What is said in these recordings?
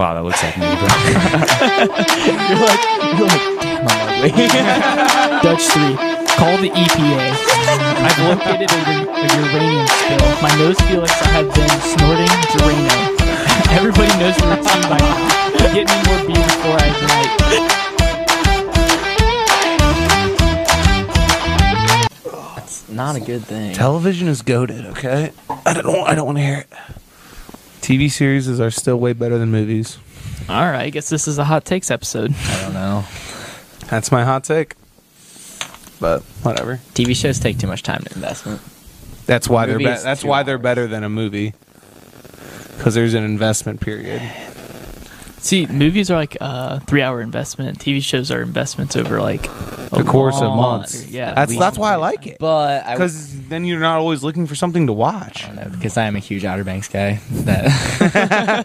Wow, that looks like me. bro. you're like, you're like, come on, Mark Lee. Dutch 3. Call the E EPA. I've located a, ur- a uranium spill. My nose feels like I have been snorting Durano. Everybody knows the routine by now. Get me more beer before I ignite. It's not a good thing. Television is goaded. Okay, I don't. want- I don't want to hear it. TV series are still way better than movies. All right, I guess this is a hot takes episode. I don't know. That's my hot take. But whatever. TV shows take too much time to investment. That's why Movie they're. Be- is that's two why they're better than a movie. Because there's an investment period. See, movies are like a three-hour investment. TV shows are investments over like a The course of long- months. Yeah, that's we- that's why I like it. But I w- Because then you're not always looking for something to watch. I don't know, because I am a huge Outer Banks guy.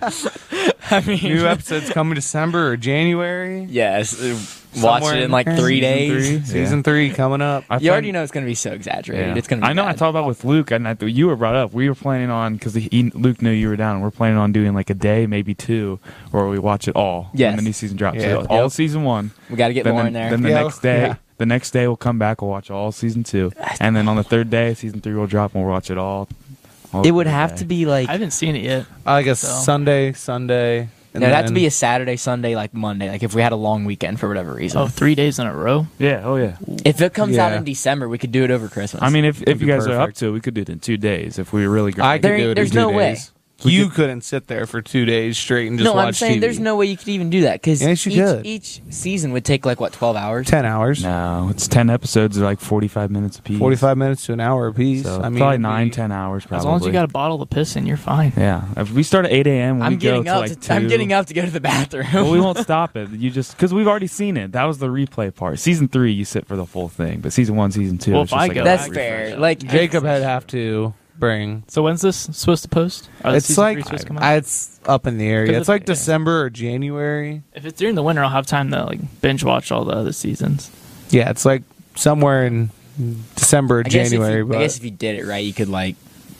That I mean, New episodes coming December or January. yes, uh, watch Somewhere it in like there. three Season days. three- Season three coming up. I You already find- know it's gonna be so exaggerated. Yeah. It's gonna. Be I know. I bad. talked about it with Luke, and I, you were brought up. We were planning on because Luke knew you were down. and We're planning on doing like a day, maybe two, where we watch it all. Yes. When the new season drops, Yeah. so all Yep. season one. we got to get then more the, in there. Then the Yeah. next day, Yeah. the next day we'll come back. We'll watch all season two, and then on the third day, season three will drop, and we'll watch it all. all it would third have day. to be like I haven't seen it yet. I guess So- Sunday, Sunday. no, it'd have to be a Saturday, Sunday, like Monday. Like if we had a long weekend for whatever reason. Oh, three days in a row. Yeah. Oh yeah. If it comes out Yeah. in December, we could do it over Christmas. I mean, if if be you guys are up perfect. to it, we could do it in two days if we were really. I grinding. could There do it. ain't- in there's two no way. days. You couldn't sit there for two days straight and just no, watch I'm saying TV. there's no way you could even do that because Yes, you each, could. each season would take like what 12 hours. ten hours, No, it's ten episodes. They're like forty-five minutes apiece. forty-five minutes to an hour apiece. So I mean, probably it'd nine, be- ten hours. Probably. As long as you got a bottle of piss in, you're fine. Yeah, if we start at eight a.m. I'm we go getting to up. like to, I'm two. getting up to go to the bathroom. Well, we won't stop it. You just because we've already seen it. That was the replay part. Season three, you sit for the full thing, but season one, season two. Well, it's if just I like go, a That's refresh. fair. Like Jacob had have to bring. So when's this supposed to post? Are the It's season like three supposed to come out? I- it's up in the area. 'Cause It's it- like yeah. December or January. if it's during the winter, I'll have time to like binge watch all the other seasons. Yeah, it's like somewhere in December or I guess if January. you- but I guess if you did it right, you could like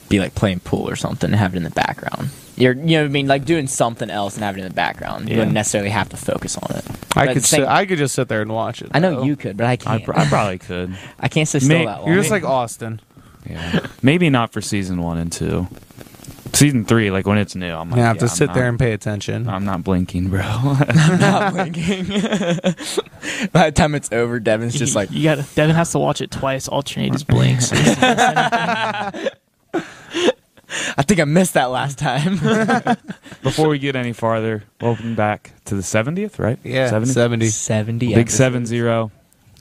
be like playing pool or something and have it in the background. You're, you know what I mean? Like doing something else and have it in the background. You Yeah. wouldn't necessarily have to focus on it. I But could same- sit, I could just sit there and watch it. I know though. you could, but I I, can't. pr- I probably could. I can't sit still Me- that long. You're just like Austin. Yeah. Maybe not for season one and two. Season three, like when it's new, I'm You like, have to yeah, I'm sit not- there and pay attention. I'm not blinking, bro. not blinking. By the time it's over, Devin's just like, you got. to Devin has to watch it twice, alternate his blinks. I think I missed that last time. Before we get any farther, welcome back to the seventieth, right? yeah, 70th? seventy. Seventy. Big episodes. seven zero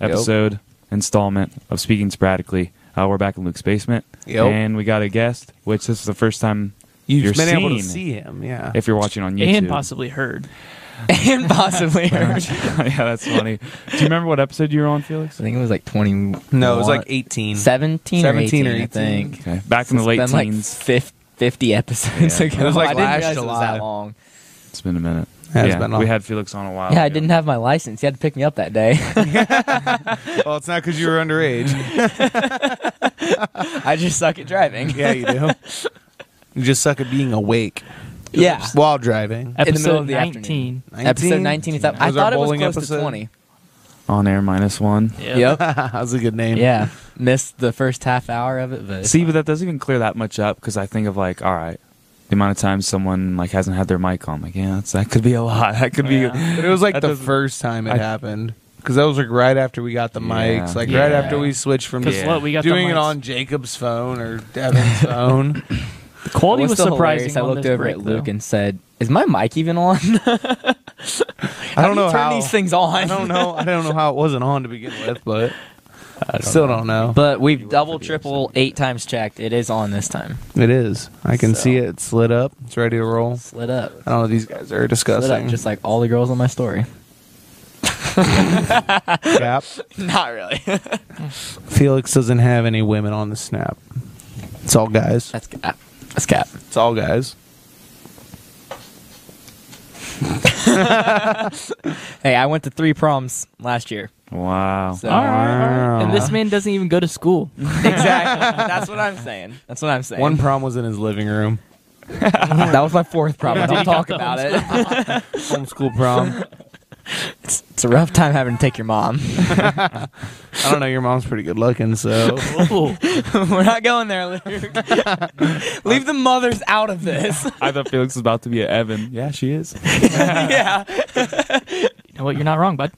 episode installment of Speaking Sporadically. Uh, we're back in Luke's basement, Yep. and we got a guest, which this is the first time You've You're been able to seen. see him. Yeah. if you're watching on YouTube. and possibly heard. and possibly. heard. yeah, that's funny. Do you remember what episode you were on, Felix? I think it was like twenty. no, it was like eighteen. 17 or 17 or 18, I 18. think. Okay, back in the It's late been teens. Like fif- 50 episodes Yeah. ago. It was like I didn't last realize It was July. that long. it's been a minute. Yeah, it's yeah, been a- we had Felix on a while. yeah, I ago. didn't have my license. You had to pick me up that day. well, Oh, it's not because you were underage. I just suck at driving. yeah, you do. You just suck at being awake Yeah. while driving. the middle Episode of the afternoon. nineteen. Episode 19 is up. That I was our thought it was bowling close episode. to 20. on air minus one. Yep. That's a good name. yeah. Missed the first half hour of it, but See, but that doesn't even clear that much up because I think of like, all right, the amount of times someone like hasn't had their mic on. Like, yeah, that's, that could be a lot. That could Yeah. But it was like That the doesn't- first time it I- happened because that was like right after we got the Yeah. mics, like right Yeah. after we switched from 'Cause Yeah. look, we got the doing it mics. on Jacob's phone or Devin's phone. The quality What's was still surprising. hilarious, I on looked this over break, at Luke though. and said, "Is my mic even on? I don't know turn how. these things on. I don't know. I don't know how it wasn't on to begin with, but I still don't know. But we've double, triple, eight times checked. It is on this time. it is. I can So. see it. It's lit up. It's ready to roll. It's lit up. I don't know what these guys are It's lit up, discussing. just like all the girls on my story. Yep. Not really. Felix doesn't have any women on the snap. It's all guys. That's cap. That's cap. It's all guys. Hey, I went to three proms last year. Wow. So. All right, all right. And Wow. this man doesn't even go to school. Exactly. That's what I'm saying. That's what I'm saying. One prom was in his living room. that was my fourth problem. Did Don't you talk got the about it. Homeschool prom. It's, it's a rough time having to take your mom. I don't know. Your mom's pretty good looking, so Ooh. We're not going there, Luke. Leave the mothers out of this. I thought Felix was about to be an Evan. Yeah, she is. yeah. You know what? You're not wrong, bud.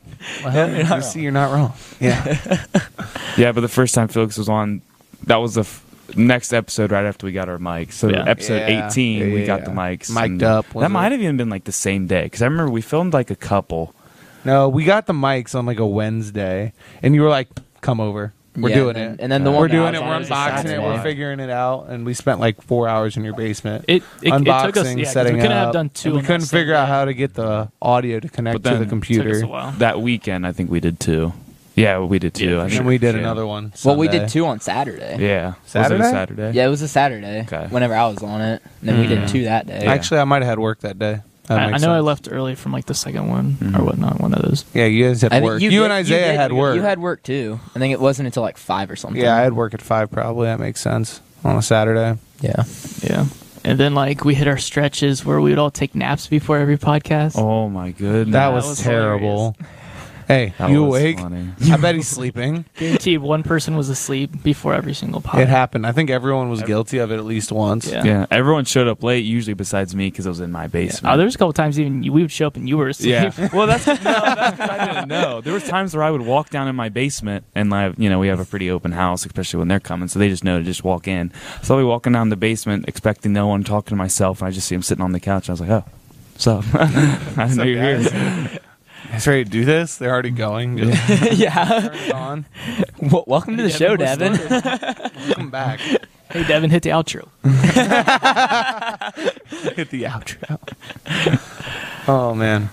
you see, you're not wrong. Yeah, Yeah, but the first time Felix was on, that was the f- next episode right after we got our mics. So Yeah. episode Yeah. 18, Yeah, we yeah, got yeah. the mics. Mic'd and up, That wasn't might it? have even been like the same day because I remember we filmed like a couple. no, we got the mics on like a Wednesday, and you were like, "Come over, we're Yeah, doing and- it." and then the we're one that I doing was it. on We're was a unboxing it. We're Saturday. figuring it out, and we spent like four hours in your basement. It, it, it took us. unboxing, Yeah, 'cause setting we couldn't it have up, done and two. we couldn't figure out how to get the audio to connect But then to the it Took us computer. a while. That weekend, I think we did two. Yeah, we did two. Uh-huh. Yeah, I for think. And we did Yeah. another one. Well, we did Sunday. two on Saturday. Yeah. Saturday? Was it a Saturday? Yeah, it was a Saturday. Okay. Whenever I was on it, and then we did Mm. two that day. Yeah. Actually, I might have had work that day. That I, I know makes I sense. left early from like the second one Mhm. or whatnot. One of those. Yeah, you guys had I think work. You, and did- Isaiah did- had work. You had work too. I think it wasn't until like five or something. yeah, I had work at five. Probably that makes sense on a Saturday. yeah. Yeah. And then like we hit our stretches where we would all take naps before every podcast. Oh my goodness. That That was, was terrible. Hey, That you was awake? funny. I bet he's sleeping. Guaranteed, one person was asleep before every single podcast. It happened. I think everyone was guilty of it at least once. Yeah. Yeah, everyone showed up late usually besides me because I was in my basement. Oh, there was a couple times even you- we would show up and you were asleep. Yeah. well, that's, no, that's 'cause I didn't know. There was times where I would walk down in my basement, and I, you know, we have a pretty open house, especially when they're coming, so they just know to just walk in. So I'll be walking down the basement, expecting no one, talking to myself, and I just see him sitting on the couch. And I was like, oh, what's up? I didn't know you're here. He's ready to do this. They're already going. Just yeah. turn it on. W- welcome to the show, Devin. Come back. Hey, Devin, hit the outro. Hit the outro. Oh man,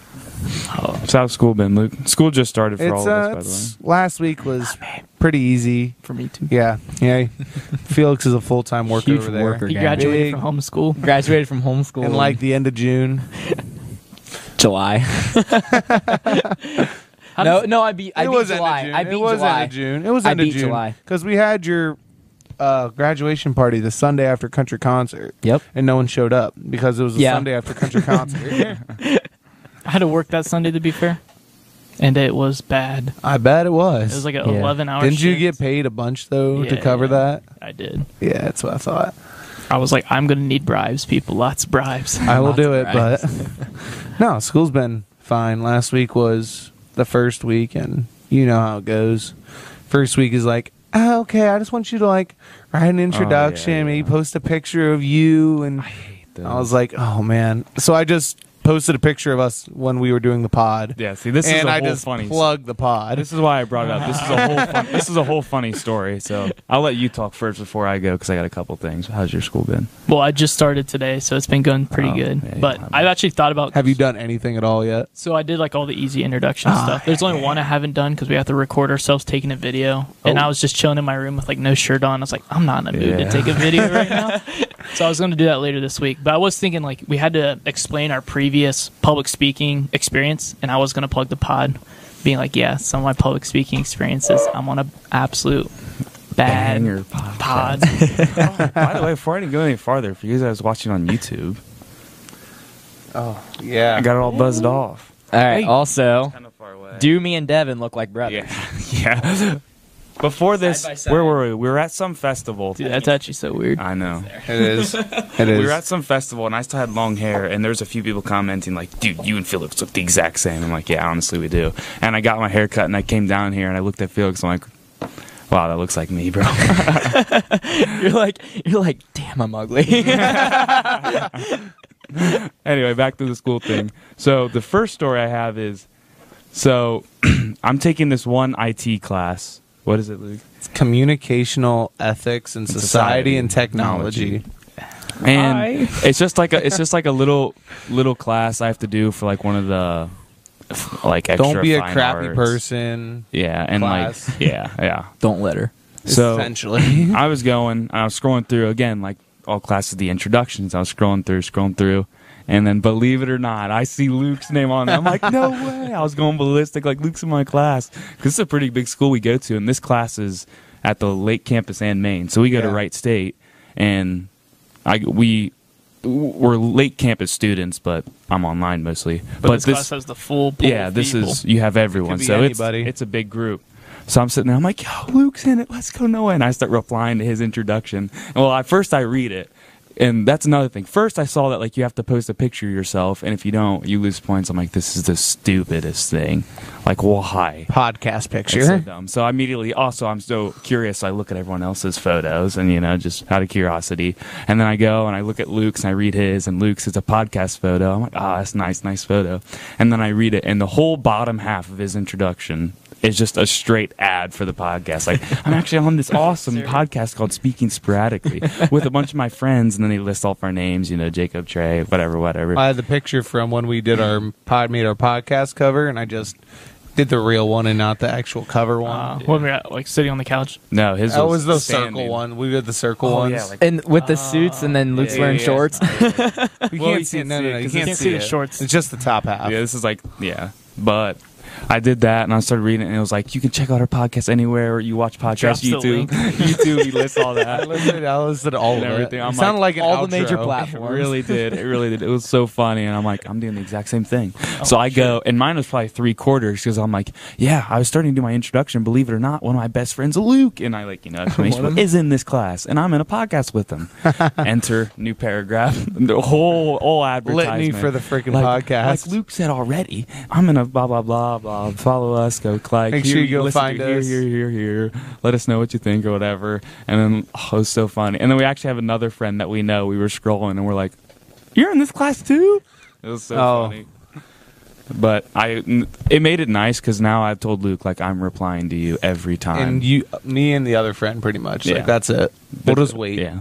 So how's school been, Luke? School just started for it's, all of uh, us, by the way. it's- last week was pretty easy. For me too. Yeah, yeah. Felix is a full time worker Huge over there. worker. He Big- graduated from homeschool. Graduated from homeschool And like the end of June, July. How no, does- no, I beat. I it beat was July. End of June. I beat it was July. end of June. It was I end of beat June. July. Because we had your uh, graduation party the Sunday after country concert, Yep. and no one showed up because it was the Yeah. Sunday after country concert. I had to work that Sunday to be fair, and it was bad. I bet it was. It was like an Yeah. 11 hour. Didn't shift. you get paid a bunch though to Yeah, cover yeah. that? I did. Yeah, that's what I thought. I was like, I'm gonna need bribes, people. Lots of bribes. I will Lots do of it, but no, school's been fine. Last week was the first week, and you know how it goes. First week is like, "Ah, okay, I just want you to like write an introduction, maybe Oh, yeah. post a picture of you, and I was like, oh man. So I just posted a picture of us when we were doing the pod. yeah, see, this is and a I whole just funny. plugged the pod. this is why I brought it up. This is a whole. Fun, this is a whole funny story. So I'll let you talk first before I go because I got a couple things. How's your school been? Well, I just started today, so it's been going pretty Oh, good. yeah, but yeah. I've actually thought about. Have you done anything at all yet? So I did like all the easy introduction Ah, stuff. There's only one I haven't done because we have to record ourselves taking a video, and Oh. I was just chilling in my room with like no shirt on. I was like, I'm not in a mood to Yeah. take a video right now. So I was going to do that later this week. But I was thinking like we had to explain our previous public speaking experience, and I was going to plug the pod, being like, yeah, some of my public speaking experiences. I'm on a absolute bad Banger pod. Oh, By the way, before I didn't go any farther, for you guys, I was watching on YouTube. Yeah. I got it all buzzed off. All right. Also, Kind of far away. do me and Devin look like brothers? yeah, yeah. Before this, by side. where were we? We were at some festival. Dude, that's actually so weird. I know. it is. It is. We were at some festival, and I still had long hair, and there's a few people commenting like, "Dude, you and Felix look the exact same." I'm like, "Yeah, honestly, we do." And I got my hair cut, and I came down here, and I looked at Felix. I'm like, "Wow, that looks like me, bro." You're like, you're like, damn, I'm ugly. anyway, back to the school thing. So the first story I have is, so I'm taking this one IT class. What is it, Luke? It's communicational ethics and society, Society. and technology. And Hi. it's just like a it's just like a little little class I have to do for like one of the like extra. Don't be a fine crappy arts. person. Yeah, and class. like yeah, yeah. Don't let her. So essentially, I was going, I was scrolling through again, like all classes, the introductions. I was scrolling through, scrolling through, and then believe it or not, I see Luke's name on. it. I'm like, no way! I was going ballistic, like Luke's in my class because it's a pretty big school we go to, and this class is at the Lake Campus and Maine, so we go to Yeah. Wright State, and I we. we're late campus students, but I'm online mostly. But, this, class has the full pool yeah, of this people. is you have everyone, be so it's anybody. it's a big group. So I'm sitting there, I'm like, yo, Luke's in it, let's go Noah, and I start replying to his introduction. And, well, I first I read it, and that's another thing. First I saw that like you have to post a picture of yourself, and if you don't, you lose points. I'm like, this is the stupidest thing. Like, why? Podcast picture. It's so dumb. So I immediately also I'm so curious. I look at everyone else's photos and you know just out of curiosity, and then I go and I look at Luke's and I read his, and Luke's is a podcast photo. I'm like, ah, that's nice, nice photo. And then I read it, and the whole bottom half of his introduction is just a straight ad for the podcast. Like I'm actually on this awesome podcast called Speaking Sporadically with a bunch of my friends, and then they list off our names. You know, Jacob, Trey, whatever, whatever. I had the picture from when we did our pod made our podcast cover, and I just did the real one and not the actual cover Oh, one. Wow. Uh, When we were like sitting on the couch. no, his that was the standing. circle one. We did the circle Oh, ones. yeah, like- And with the Ah. suits, and then Luke's yeah, wearing yeah. shorts. we Well, can't you see can't it. No, see no, it no, you 'cause can't, can't see see the it. shorts. It's just the top half. Yeah, this is like yeah, but I did that and I started reading it and it was like you can check out our podcast anywhere or you watch Drops podcasts the YouTube link. YouTube we list all I that listened, I listened to all and of everything. It. I'm It sounded like, an all the major outro. it platforms. really did it really did it was so funny and I'm like I'm doing the exact same thing so I go and mine was probably three quarters because I'm like yeah I was starting to do my introduction believe it or not one of my best friends Luke and I like you know exclamation point, is in this class and I'm in a podcast with him enter new paragraph the whole whole advertisement Litany for the freaking like, Like podcast. Luke said already, I'm gonna blah blah blah blah. Follow us, go click. Make sure you go listen to find here, us. Here, here, here, Let us know what you think or whatever. And then oh, it was so funny. And then we actually have another friend that we know. We were scrolling and we're like, "You're in this class too." It was so Oh. funny. But I, it made it nice because now I've told Luke like I'm replying to you every time. and you, me, and the other friend, pretty much. Yeah. Like that's it. We'll just wait. Yeah.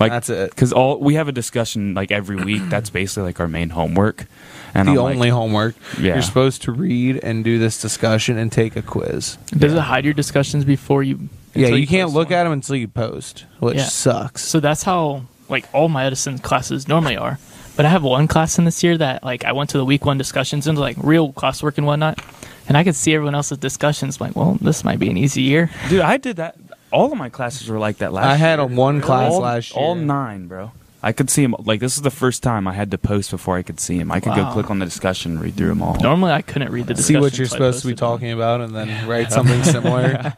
Like That's it. Because all we have a discussion like every week. That's basically like our main homework. And The I'm like, only homework Yeah. you're supposed to read and do this discussion and take a quiz. Does it hide your discussions before you? yeah, until you can't post look one? at them until you post, which Yeah. sucks. So that's how like all my Edison classes normally are. But I have one class in this year that like I went to the week one discussions and like real classwork and whatnot, and I could see everyone else's discussions. like, well, this might be an easy year. Dude, I did that. All of my classes were like that last. I had year. a one class all, last year. All nine, bro. I could see them. Like this is the first time I had to post before I could see them. I could go Wow. click on the discussion, and read through them all. Normally, I couldn't read the see discussions. what you're so I supposed to be posted them. talking about and then write something similar.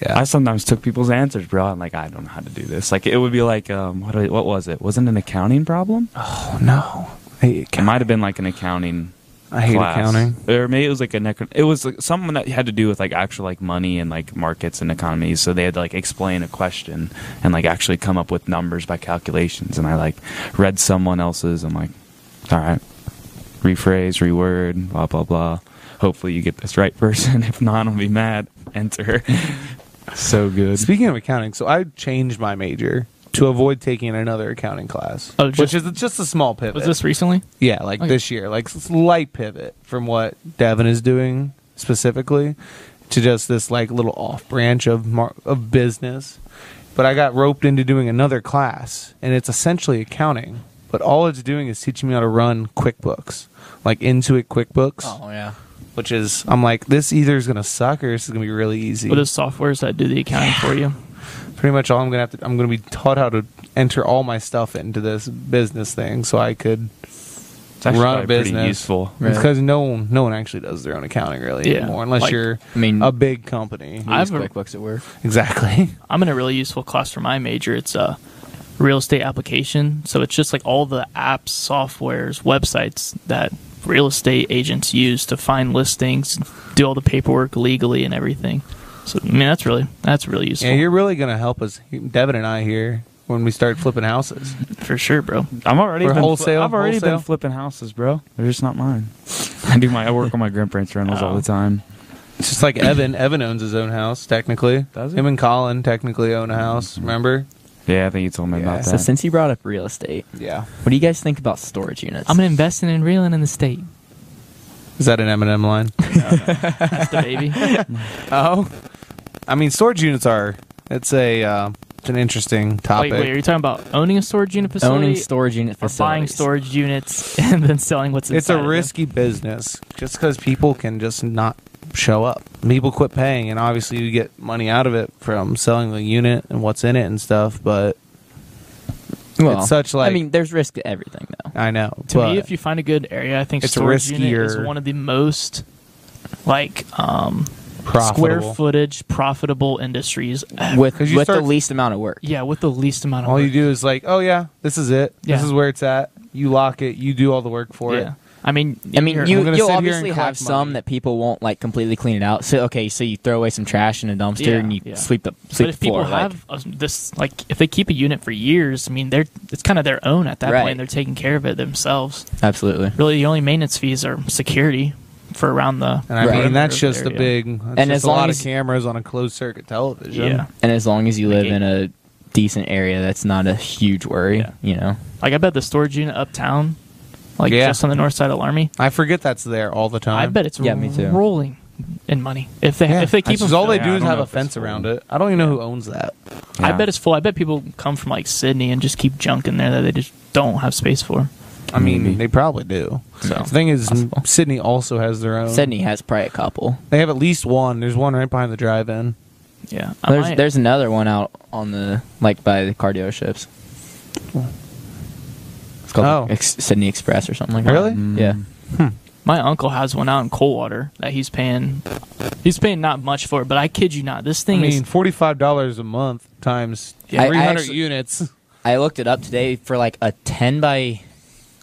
yeah. I sometimes took people's answers, bro. I'm like, I don't know how to do this. Like it would be like, um, what, do I- what was it? Wasn't an accounting problem? oh no. I hate It accounting. might have been like an accounting. I hate class. accounting. Or maybe it was like a necro- it was like someone that had to do with like actual like money and like markets and economies. So they had to like explain a question and like actually come up with numbers by calculations. And I like read someone else's. I'm like, all right, rephrase, reword, blah blah blah. Hopefully you get this right person. If not, I'll be mad. Enter. so good. Speaking of accounting, so I changed my major to avoid taking another accounting class, Oh, just- which is just a small pivot. Was this recently? Yeah, like Okay. this year, like s- slight pivot from what Devin is doing specifically to just this like little off branch of mar- of business. But I got roped into doing another class, and it's essentially accounting. But all it's doing is teaching me how to run QuickBooks, like Intuit QuickBooks, Oh, yeah. which is I'm like this either is gonna suck or this is gonna be really easy. What are the softwares that do the accounting for you? Pretty much all I'm gonna have to I'm gonna be taught how to enter all my stuff into this business thing, so I could It's actually run a probably pretty business. useful. Right. because no one no one actually does their own accounting really Yeah. anymore unless Like, you're I mean- a big company I- I've- QuickBooks at work. exactly I'm in a really useful class for my major. It's a real estate application. So it's just like all the apps, softwares, websites that real estate agents use to find listings, do all the paperwork legally and everything. So I mean that's really that's really useful. yeah you're really gonna help us devin and i here when we start flipping houses for sure, bro. I'm already Or been wholesale, I've already wholesale. been flipping houses, bro. They're just not mine. I do my I work on my grandparents' rentals all Oh. the time. it's just like evan evan owns his own house technically Does he? Mm-hmm. him and colin technically own a house remember Yeah, I think you told me Yeah. about So that. since you brought up real estate, yeah what do you guys think about storage units? I'm investing in reeling in the state. is that an m&m line That's the baby. oh i mean storage units are it's a uh, it's an interesting wait, topic wait, are you talking about owning a storage unit facility? owning storage unit or facilities. buying storage units and then selling what's inside. it's a of them? risky business just because people can just not show up people quit paying and obviously you get money out of it from selling the unit and what's in it and stuff but Well, it's such like I mean, there's risk to everything though. I know. To but me, if you find a good area, I think it's storage unit is riskier. one of the most like um, square profitable. footage profitable industries. ever. With 'Cause with you the start- least amount of work. yeah, with the least amount of all you work. do is like, oh yeah, this is it. Yeah. This is where it's at. You lock it. You do all the work for Yeah. I mean, I mean, you're- you I'm gonna you'll sit here obviously and have collect some money. that people won't like completely clean it out. So okay, so you throw away some trash in a dumpster Yeah, and you yeah. sweep the but sweep if the people floor. like- have a- this, like, if they keep a unit for years, I mean, they're it's kind of their own at that Right. point. They're taking care of it themselves. absolutely. Really, the only maintenance fees are security for around the. it. And I Right. mean, that's just area. a big. That's And just as a long lot as- of cameras on a closed circuit television. Yeah. And as long as you Like live in a decent area, that's not a huge worry. Yeah. You know. Like I bet the storage unit uptown, like Yeah. just on the north side of Laramie, I forget that's there all the time. I bet it's Yeah, me too. rolling in money if they Yeah. if they keep That's them. just all they Yeah, do I is don't have know a if it's fence full. around it. I don't even know who owns that. I bet it's full. I bet people come from like Sydney and just keep junk in there that they just don't have space for. I mean, Maybe. they probably do. So The thing is, Possible. Sydney also has their own. Sydney has probably a couple. They have at least one. There's one right behind the drive-in. yeah, I There's might- there's another one out on the like by the cardio ships. It's called Oh. Ex- Sydney Express or something like that. Mm. Really? Yeah. my uncle has one out in Coldwater that he's paying. He's paying not much for it, but I kid you not, this I thing mean, is forty-five dollars a month times Yeah, I- I three hundred actually- units. I looked it up today for like a ten by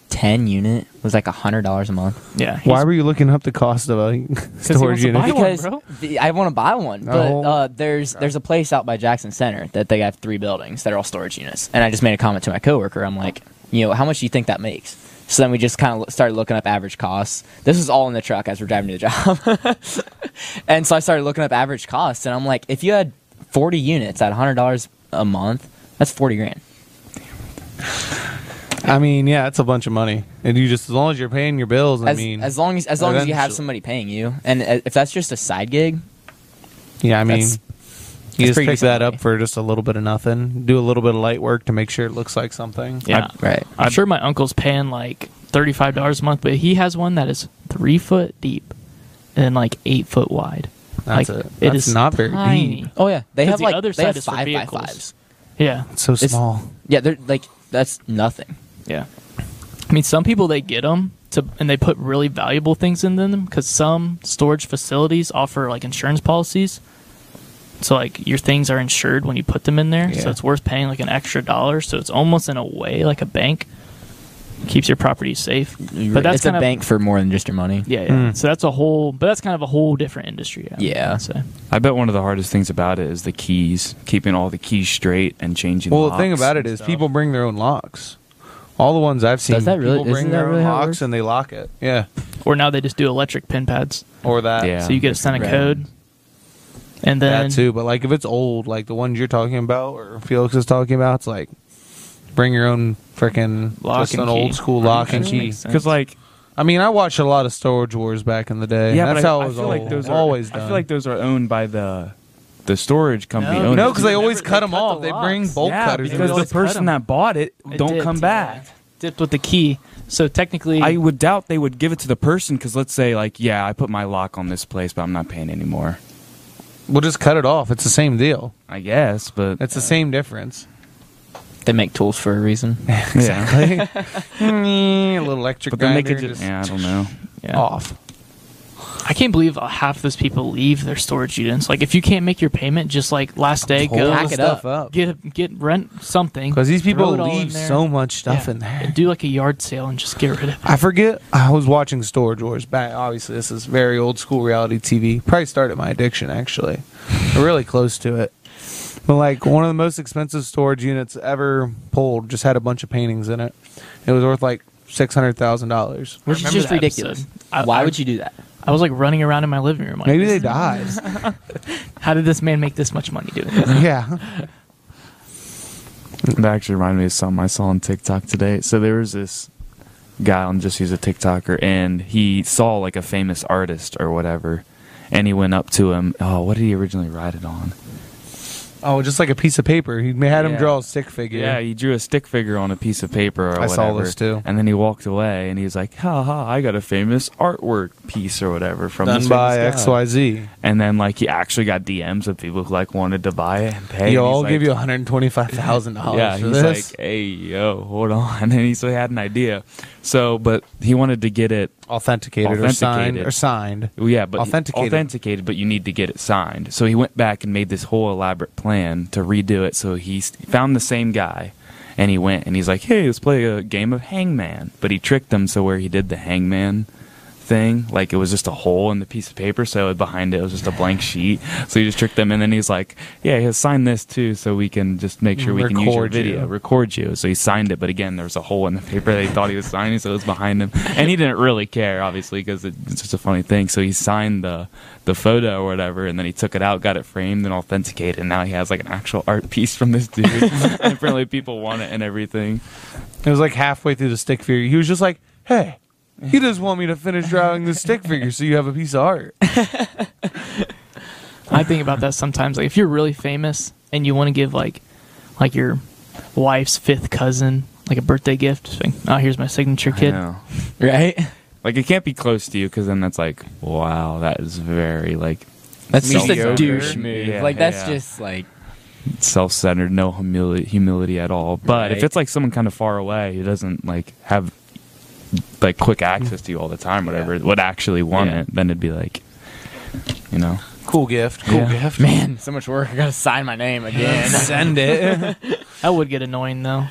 ten unit was like a hundred dollars a month. yeah. he's- Why were you looking up the cost of a he wants storage to buy unit? one. because bro. the- I want to buy one, but Oh. uh, there's there's a place out by Jackson Center that they have three buildings that are all storage units, and I just made a comment to my coworker. I'm like, you know, how much do you think that makes? So then we just kind of started looking up average costs. This was all in the truck as we're driving to the job, and so I started looking up average costs, and I'm like, if you had 40 units at 100 dollars a month, that's 40 grand. I mean, yeah, it's a bunch of money, and you just as long as you're paying your bills. I As, mean, as long as as long as you have eventually- somebody paying you, and uh, if that's just a side gig, yeah, I mean, that's- you that's just pretty pick decent that up money. for just a little bit of nothing. Do a little bit of light work to make sure it looks like something. Yeah, right? I'm sure my uncle's paying like thirty five dollars a month, but he has one that is three foot deep and like eight foot wide. That's like, it. That's not very tiny. deep. Oh yeah, they 'Cause have the like other they side have is for five by vehicles. fives. Yeah, It's so small. Yeah, they're like that's nothing. yeah. I mean, some people they get them to and they put really valuable things in them because some storage facilities offer like insurance policies. So like your things are insured when you put them in there, so Yeah. it's worth paying like an extra dollar. So it's almost in a way like a bank keeps your property safe. But that's it's a kind of bank for more than just your money. Yeah, yeah. So that's a whole, but that's kind of a whole different industry. I would Yeah. say. I bet one of the hardest things about it is the keys, keeping all the keys straight and changing. Well, the locks thing about it and is, stuff. people bring their own locks. All the ones I've seen, that really- people bring isn't that their really own how it works? locks and they lock it. Yeah, Or now they just do electric pin pads, or that. Yeah. so you get sent a Right. code, and then that too. But like, if it's old, like the ones you're talking about or Felix is talking about, it's like bring your own freaking Lock just and an key. old school lock and That key. makes sense. because like I mean, I watched a lot of Storage Wars back in the day. yeah, and that's but I, how I it was feel always, like those are always done. I feel like those are owned by the the storage company. No, owners. no, because they They always never- cut they them cut off. the They locks. bring bolt yeah, cutters. because in. the always cut person 'em. that bought it It don't dipped, come back. yeah. Dipped with the key. So technically, I would doubt they would give it to the person because let's say like yeah, I put my lock on this place, but I'm not paying anymore. we'll just cut it off. It's the same deal. I guess, but It's the same difference. They make tools for a reason. yeah. a little electric Hmm. But then they grinder. could just just yeah, I don't know. yeah. off. I can't believe uh, half those people leave their storage units. Like if you can't make your payment, just like last day, go Pack it stuff up. up. get a, get rent something Because these people throw it all in leave there. so much stuff Yeah. in there. And do like a yard sale and just get rid of it. I forget. I was watching Storage Wars back. Obviously, this is very old school reality TV. Probably started my addiction, actually. Or really close to it. But like one of the most expensive storage units ever pulled just had a bunch of paintings in it. It was worth like six hundred thousand dollars. Which is remember just that ridiculous. episode. I- Why I- would you do that? I was like running around in my living room. Like, Maybe they this- died. How did this man make this much money doing this? yeah. That actually reminded me of something I saw on TikTok today. So there was this guy on just he's a TikToker and he saw like a famous artist or whatever and he went up to him. Oh, what did he originally ride it on? Oh, just like a piece of paper. He had him Yeah. draw a stick figure. Yeah, he drew a stick figure on a piece of paper. Or I saw whatever, this too. And then he walked away, and he was like, "Ha ha! I got a famous artwork piece or whatever from done this by famous guy." XYZ. And then like he actually got DMs of people who like wanted to buy it and pay. and he's Yo, I'll like, give you $125,000 yeah, for he's this. like, "Hey, yo, hold on," and he's he had an idea. So, but he wanted to get it. authenticated, or signed. Authenticated. Or signed. well, Yeah, but Authenticated. authenticated, but you need to get it signed. So he went back and made this whole elaborate plan to redo it. So he s- found the same guy, and he went and he's like, "Hey, let's play a game of Hangman." But he tricked them so where he did the Hangman thing, like it was just a hole in the piece of paper. So behind it was just a blank sheet. So he just tricked them, and then he's like, "Yeah, he'll sign this too, so we can just make sure we can use your Record you. video, record you." So he signed it, but again, there was a hole in the paper that he thought he was signing, so it was behind him, and he didn't really care, obviously, because it's just a funny thing. So he signed the the photo or whatever, and then he took it out, got it framed and authenticated, and now he has like an actual art piece from this dude. and apparently, people want it and everything. It was like halfway through the stick figure. He was just like, hey, he just want me to finish drawing the stick figure so you have a piece of art. I think about that sometimes. Like if you're really famous and you want to give like like your wife's fifth cousin like a birthday gift, just like, oh here's my signature I kid. know. right? Like it can't be close to you because then that's like, wow, that is very like That's just Mediocre. a douche move. Yeah, like that's yeah. just like self-centered, no humility, humility at all. But if Right. it's like someone kind of far away who doesn't like have like quick access to you all the time, whatever, would actually want Yeah. it, then it'd be like, you know, Cool gift. Cool Yeah. gift. man, so much work. I gotta sign my name again. Send it. That would get annoying though.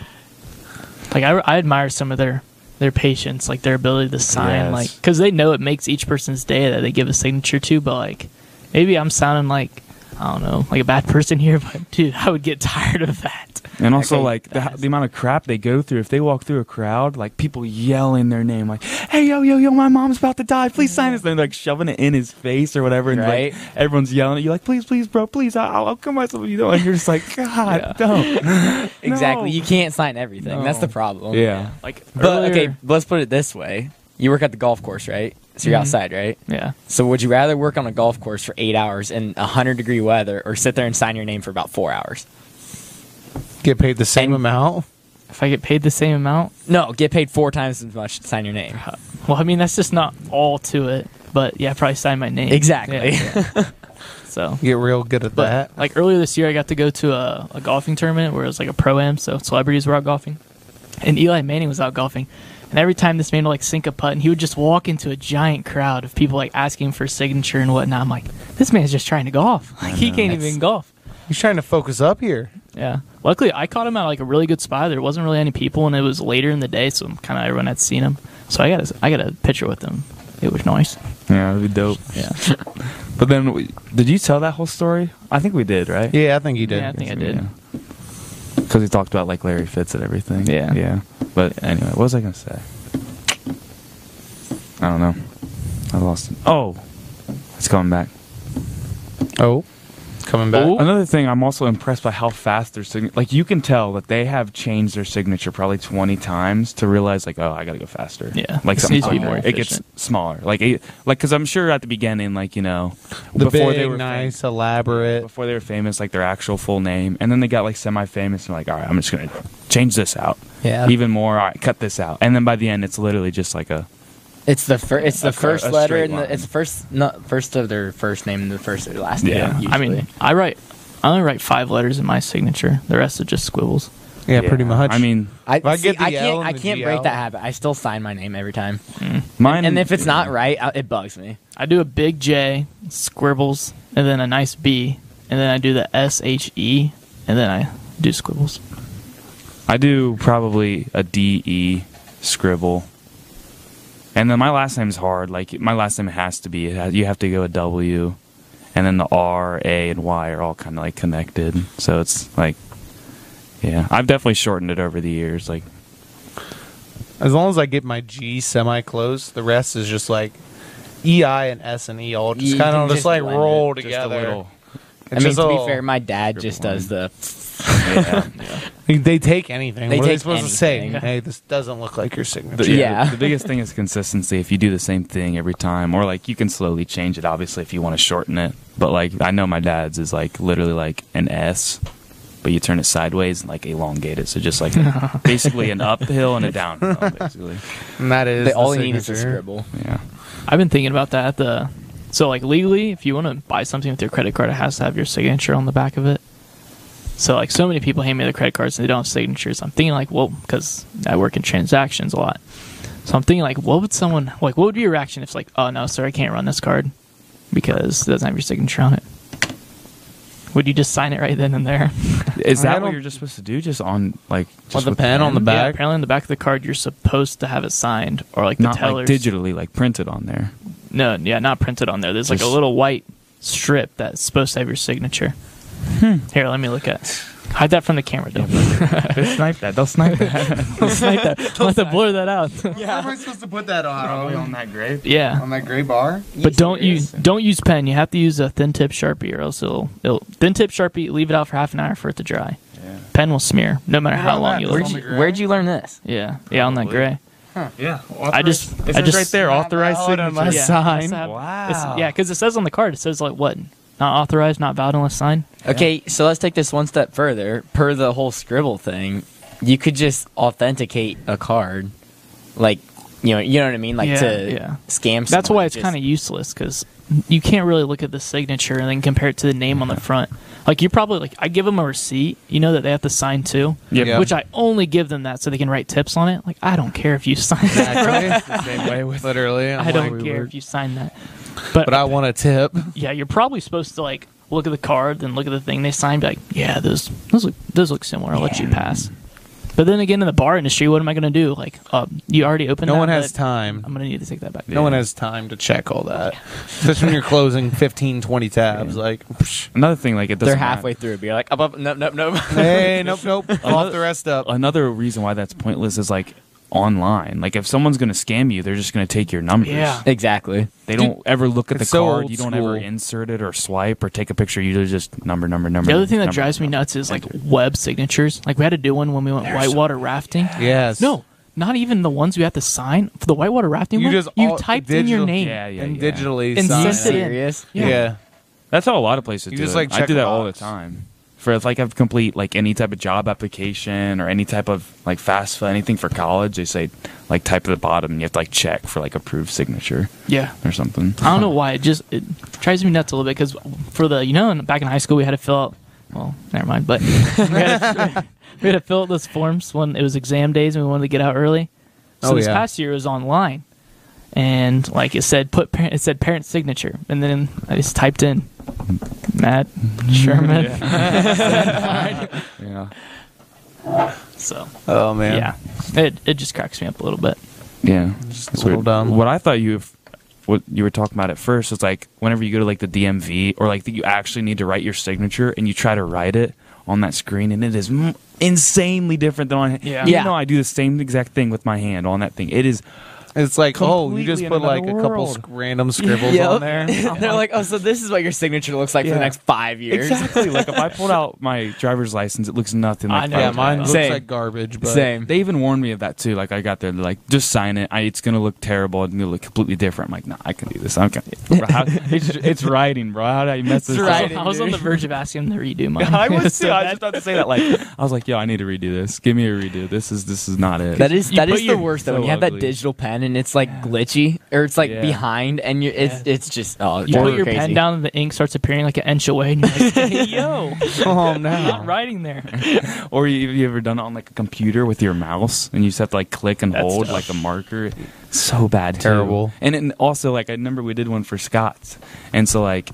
Like I, I admire some of their their patience, like their ability to sign, Yes. like because they know it makes each person's day that they give a signature to. But like maybe I'm sounding like I don't know, like a bad person here, but dude, I would get tired of that. and also Okay, like the, the amount of crap they go through. If they walk through a crowd, like people yelling their name, like, "Hey, yo, yo, yo, my mom's about to die. Please sign this." They're like shoving it in his face or whatever, and Right. like everyone's yelling at you, like, "Please, please, bro, please, I'll, I'll kill myself if you don't." And you're just like, "God, don't." exactly. No. You can't sign everything. That's No. the problem. Yeah. Like, But earlier- okay, let's put it this way: you work at the golf course, right? So you're Mhm. outside, right? yeah, So would you rather work on a golf course for eight hours in hundred degree weather, or sit there and sign your name for about four hours? Get paid the same And- amount. if I get paid the same amount, No, get paid four times as much to sign your name. well, I mean that's just not all to it. But yeah, probably sign my name Exactly. Yeah, yeah. so Get real good at But that. like earlier this year, I got to go to a, a golfing tournament where it was like a pro am, so celebrities were out golfing, and Eli Manning was out golfing. And every time this man would like sink a putt, and he would just walk into a giant crowd of people like asking for a signature and whatnot. I'm like, this man's just trying to golf. Like he can't even golf. He's trying to focus up here. Yeah. Luckily, I caught him at like a really good spot. There wasn't really any people, and it was later in the day, so kind of everyone had seen him. So I got a, I got a picture with him. It was nice. Yeah, that'd be dope. Yeah. But then, we, did you tell that whole story? I think we did, right? Yeah, I think he did. yeah, I think I did. Because we talked about like Larry Fitz and everything. Yeah. yeah. But anyway, what was I gonna say? I don't know. I lost it. Oh, it's coming back. Oh, coming back. Another thing, I'm also impressed by how fast their signature. Like you can tell that they have changed their signature probably 20 times to realize like, oh, I gotta go faster. Yeah. like It something needs to be smaller. more It gets efficient. smaller. Like, it, like because I'm sure at the beginning, like you know, The before big, they were nice, elaborate. before they were famous, like their actual full name, and then they got like semi-famous and like, all right, I'm just gonna change this out. Yeah. Even more. All right, cut this out, and then by the end, it's literally just like a It's the first. It's the A cr- first a letter. straight In line. the, it's first. Not first of their first name. and The first of their last Yeah. name. I mean, usually. I write. I only write five letters in my signature. The rest are just squibbles. Yeah, pretty much. I mean, I, If I see, get the I L can't. and I the can't GL. break that habit. I still sign my name every time. mine. and if it's not right, I, it bugs me. I do a big J, squibbles, and then a nice B, and then I do the S H E, and then I do squibbles. I do probably a D E scribble. And then my last name's hard. Like my last name has to be. It has, you have to go a W, and then the R, A, and Y are all kind of like connected. So it's like, yeah, I've definitely shortened it over the years. Like, As long as I get my G semi close, the rest is just like EI and S and E all just You kind can of just just like blend it, roll just a together. little. I mean, Just to be all- fair, my dad just scribble does the. Yeah. Like, They take anything. They what are they take supposed to say? anything. Hey, this doesn't look like your signature. The, Yeah. The, the biggest thing is consistency. If you do the same thing every time, or like you can slowly change it, obviously, if you want to shorten it. But like, I know my dad's is like literally like an S, but you turn it sideways and like elongate it. So just like basically an uphill and a downhill, basically. And that is They, all the you need is a signature. scribble. Yeah. I've been thinking about that. The so like legally, if you want to buy something with your credit card, it has to have your signature on the back of it. So like so many people hand me their credit cards and they don't have signatures. I'm thinking like, well, because I work in transactions a lot, so I'm thinking like, what would someone like? What would be your reaction if like, oh no, sir, I can't run this card because it doesn't have your signature on it? Would you just sign it right then and there? Is I that what don't- you're just supposed to do? Just on like just the with pen on the Yeah, back? apparently on the back of the card, you're supposed to have it signed or like the not like teller's digitally, like printed on there. No, yeah, not printed on there. There's like a Just- little white strip that's supposed to have your signature. Here, let me look at. Hide that from the camera, don't snipe that. They'll snipe that. like that. I'll have to blur that out. Where am I supposed to put that on? Um, on that grave? yeah, that gray bar? but don't use don't use pen. You have to use a thin tip sharpie, or else it'll, it'll thin tip sharpie. Leave it out for half an hour for it to dry. Pen will smear no matter how about long that? you Where'd leave. you- it. the gray? Where'd you learn this? Yeah, yeah, on that gray. yeah. I just I just authorized yeah, signature. that's sign. how- Wow. it's- Yeah, because it says on the card, it says like what? Not authorized, not valid unless signed. Okay, so let's take this one step further. Per the whole scribble thing, you could just authenticate a card, like you know, you know what I mean, like Yeah, to yeah. scam. Someone. That's why it's Just- kind of useless because you can't really look at the signature and then compare it to the name on the front. Like you probably like I give them a receipt, you know that they have to sign too. Yep. Yeah. Which I only give them that so they can write tips on it. Like I don't care if you sign that. the same way with literally. I'm I don't like- care if you sign that. But, But I want a tip. yeah, you're probably supposed to like look at the card, then look at the thing they signed, be like, yeah, those those look those look similar. I'll let you pass. But then again, in the bar industry, what am I going to do? Like, uh, you already opened. No that, one has but time. I'm going to need to take that back. No one has time to check all that. Especially when you're closing 15, 20 tabs. Like, psh, Another thing, like it doesn't. They're matter. halfway through. Be like, up, up, nope, nope, nope. hey, nope, nope. Off the rest up. Another reason why that's pointless is like online. Like if someone's going to scam you, they're just going to take your numbers. Yeah. exactly. They don't ever look at the it's so card. old You don't ever school. insert it or swipe or take a picture. You just number, number, number. The other thing that number, drives me number. nuts is like web signatures. Like we had to do one when we went whitewater rafting. Yes. No, not even the ones we have to sign for the whitewater rafting. You one, just you all- typed in digital- your name. Yeah, yeah, and yeah. digitally And sign send it it. in. Serious? Yeah. That's how a lot of places You do just, it. like, I check do a that all the box. time. For if, like I've complete like any type of job application or any type of like FAFSA, anything for college, they say like type at the bottom and you have to like check for like approved signature Yeah. or something. I don't know why it just it drives me nuts a little bit because for the you know in- back in high school we had to fill out well never mind but we, had to, we had to fill out those forms when it was exam days and we wanted to get out early. So Oh, this yeah. past year it was online, and like it said put parent it said parent signature and then I just typed in Matt Sherman. Yeah. So Oh, man. yeah, it it just cracks me up a little bit. Yeah, a little dumb. What I thought you, what you were talking about at first is like whenever you go to like the DMV or like that you actually need to write your signature and you try to write it on that screen and it is m- insanely different than on. Yeah. even Yeah. though I do the same exact thing with my hand on that thing. It is. It's like, oh, you just Completely in put like another a couple world. sc- random scribbles on there. Uh-huh. They're like, oh, so this is what your signature looks like for Yeah. the next five years. Exactly. like if I pulled out my driver's license, it looks nothing like I know. that. Yeah, mine looks Same. like garbage. But Same. They even warned me of that too. Like I got there, they're like, just sign it. I, it's gonna look terrible. It's gonna look completely different. I'm like, nah, I can do this. I'm gonna. How, it's, it's writing, bro. How do I mess this It's up? writing, I was on the verge of asking him to redo mine. I was too. I was just about to say that. Like, I was like, "Yo, I need to redo this. Give me a redo. This is this is not it." That is You that put is the your- worst though. so when you have ugly. that digital pen and it's like glitchy or it's like Yeah. behind and you it's Yeah. it's just oh you drives put me your crazy. pen down and the ink starts appearing like an inch away, and you're like, hey, yo, Oh not no. writing there. Or you, you ever done it on like a computer with your mouse and you just have to like click and That's hold tough. like a marker? So bad, too. Terrible. And, it, and also, like I remember we did one for Scott's, and so like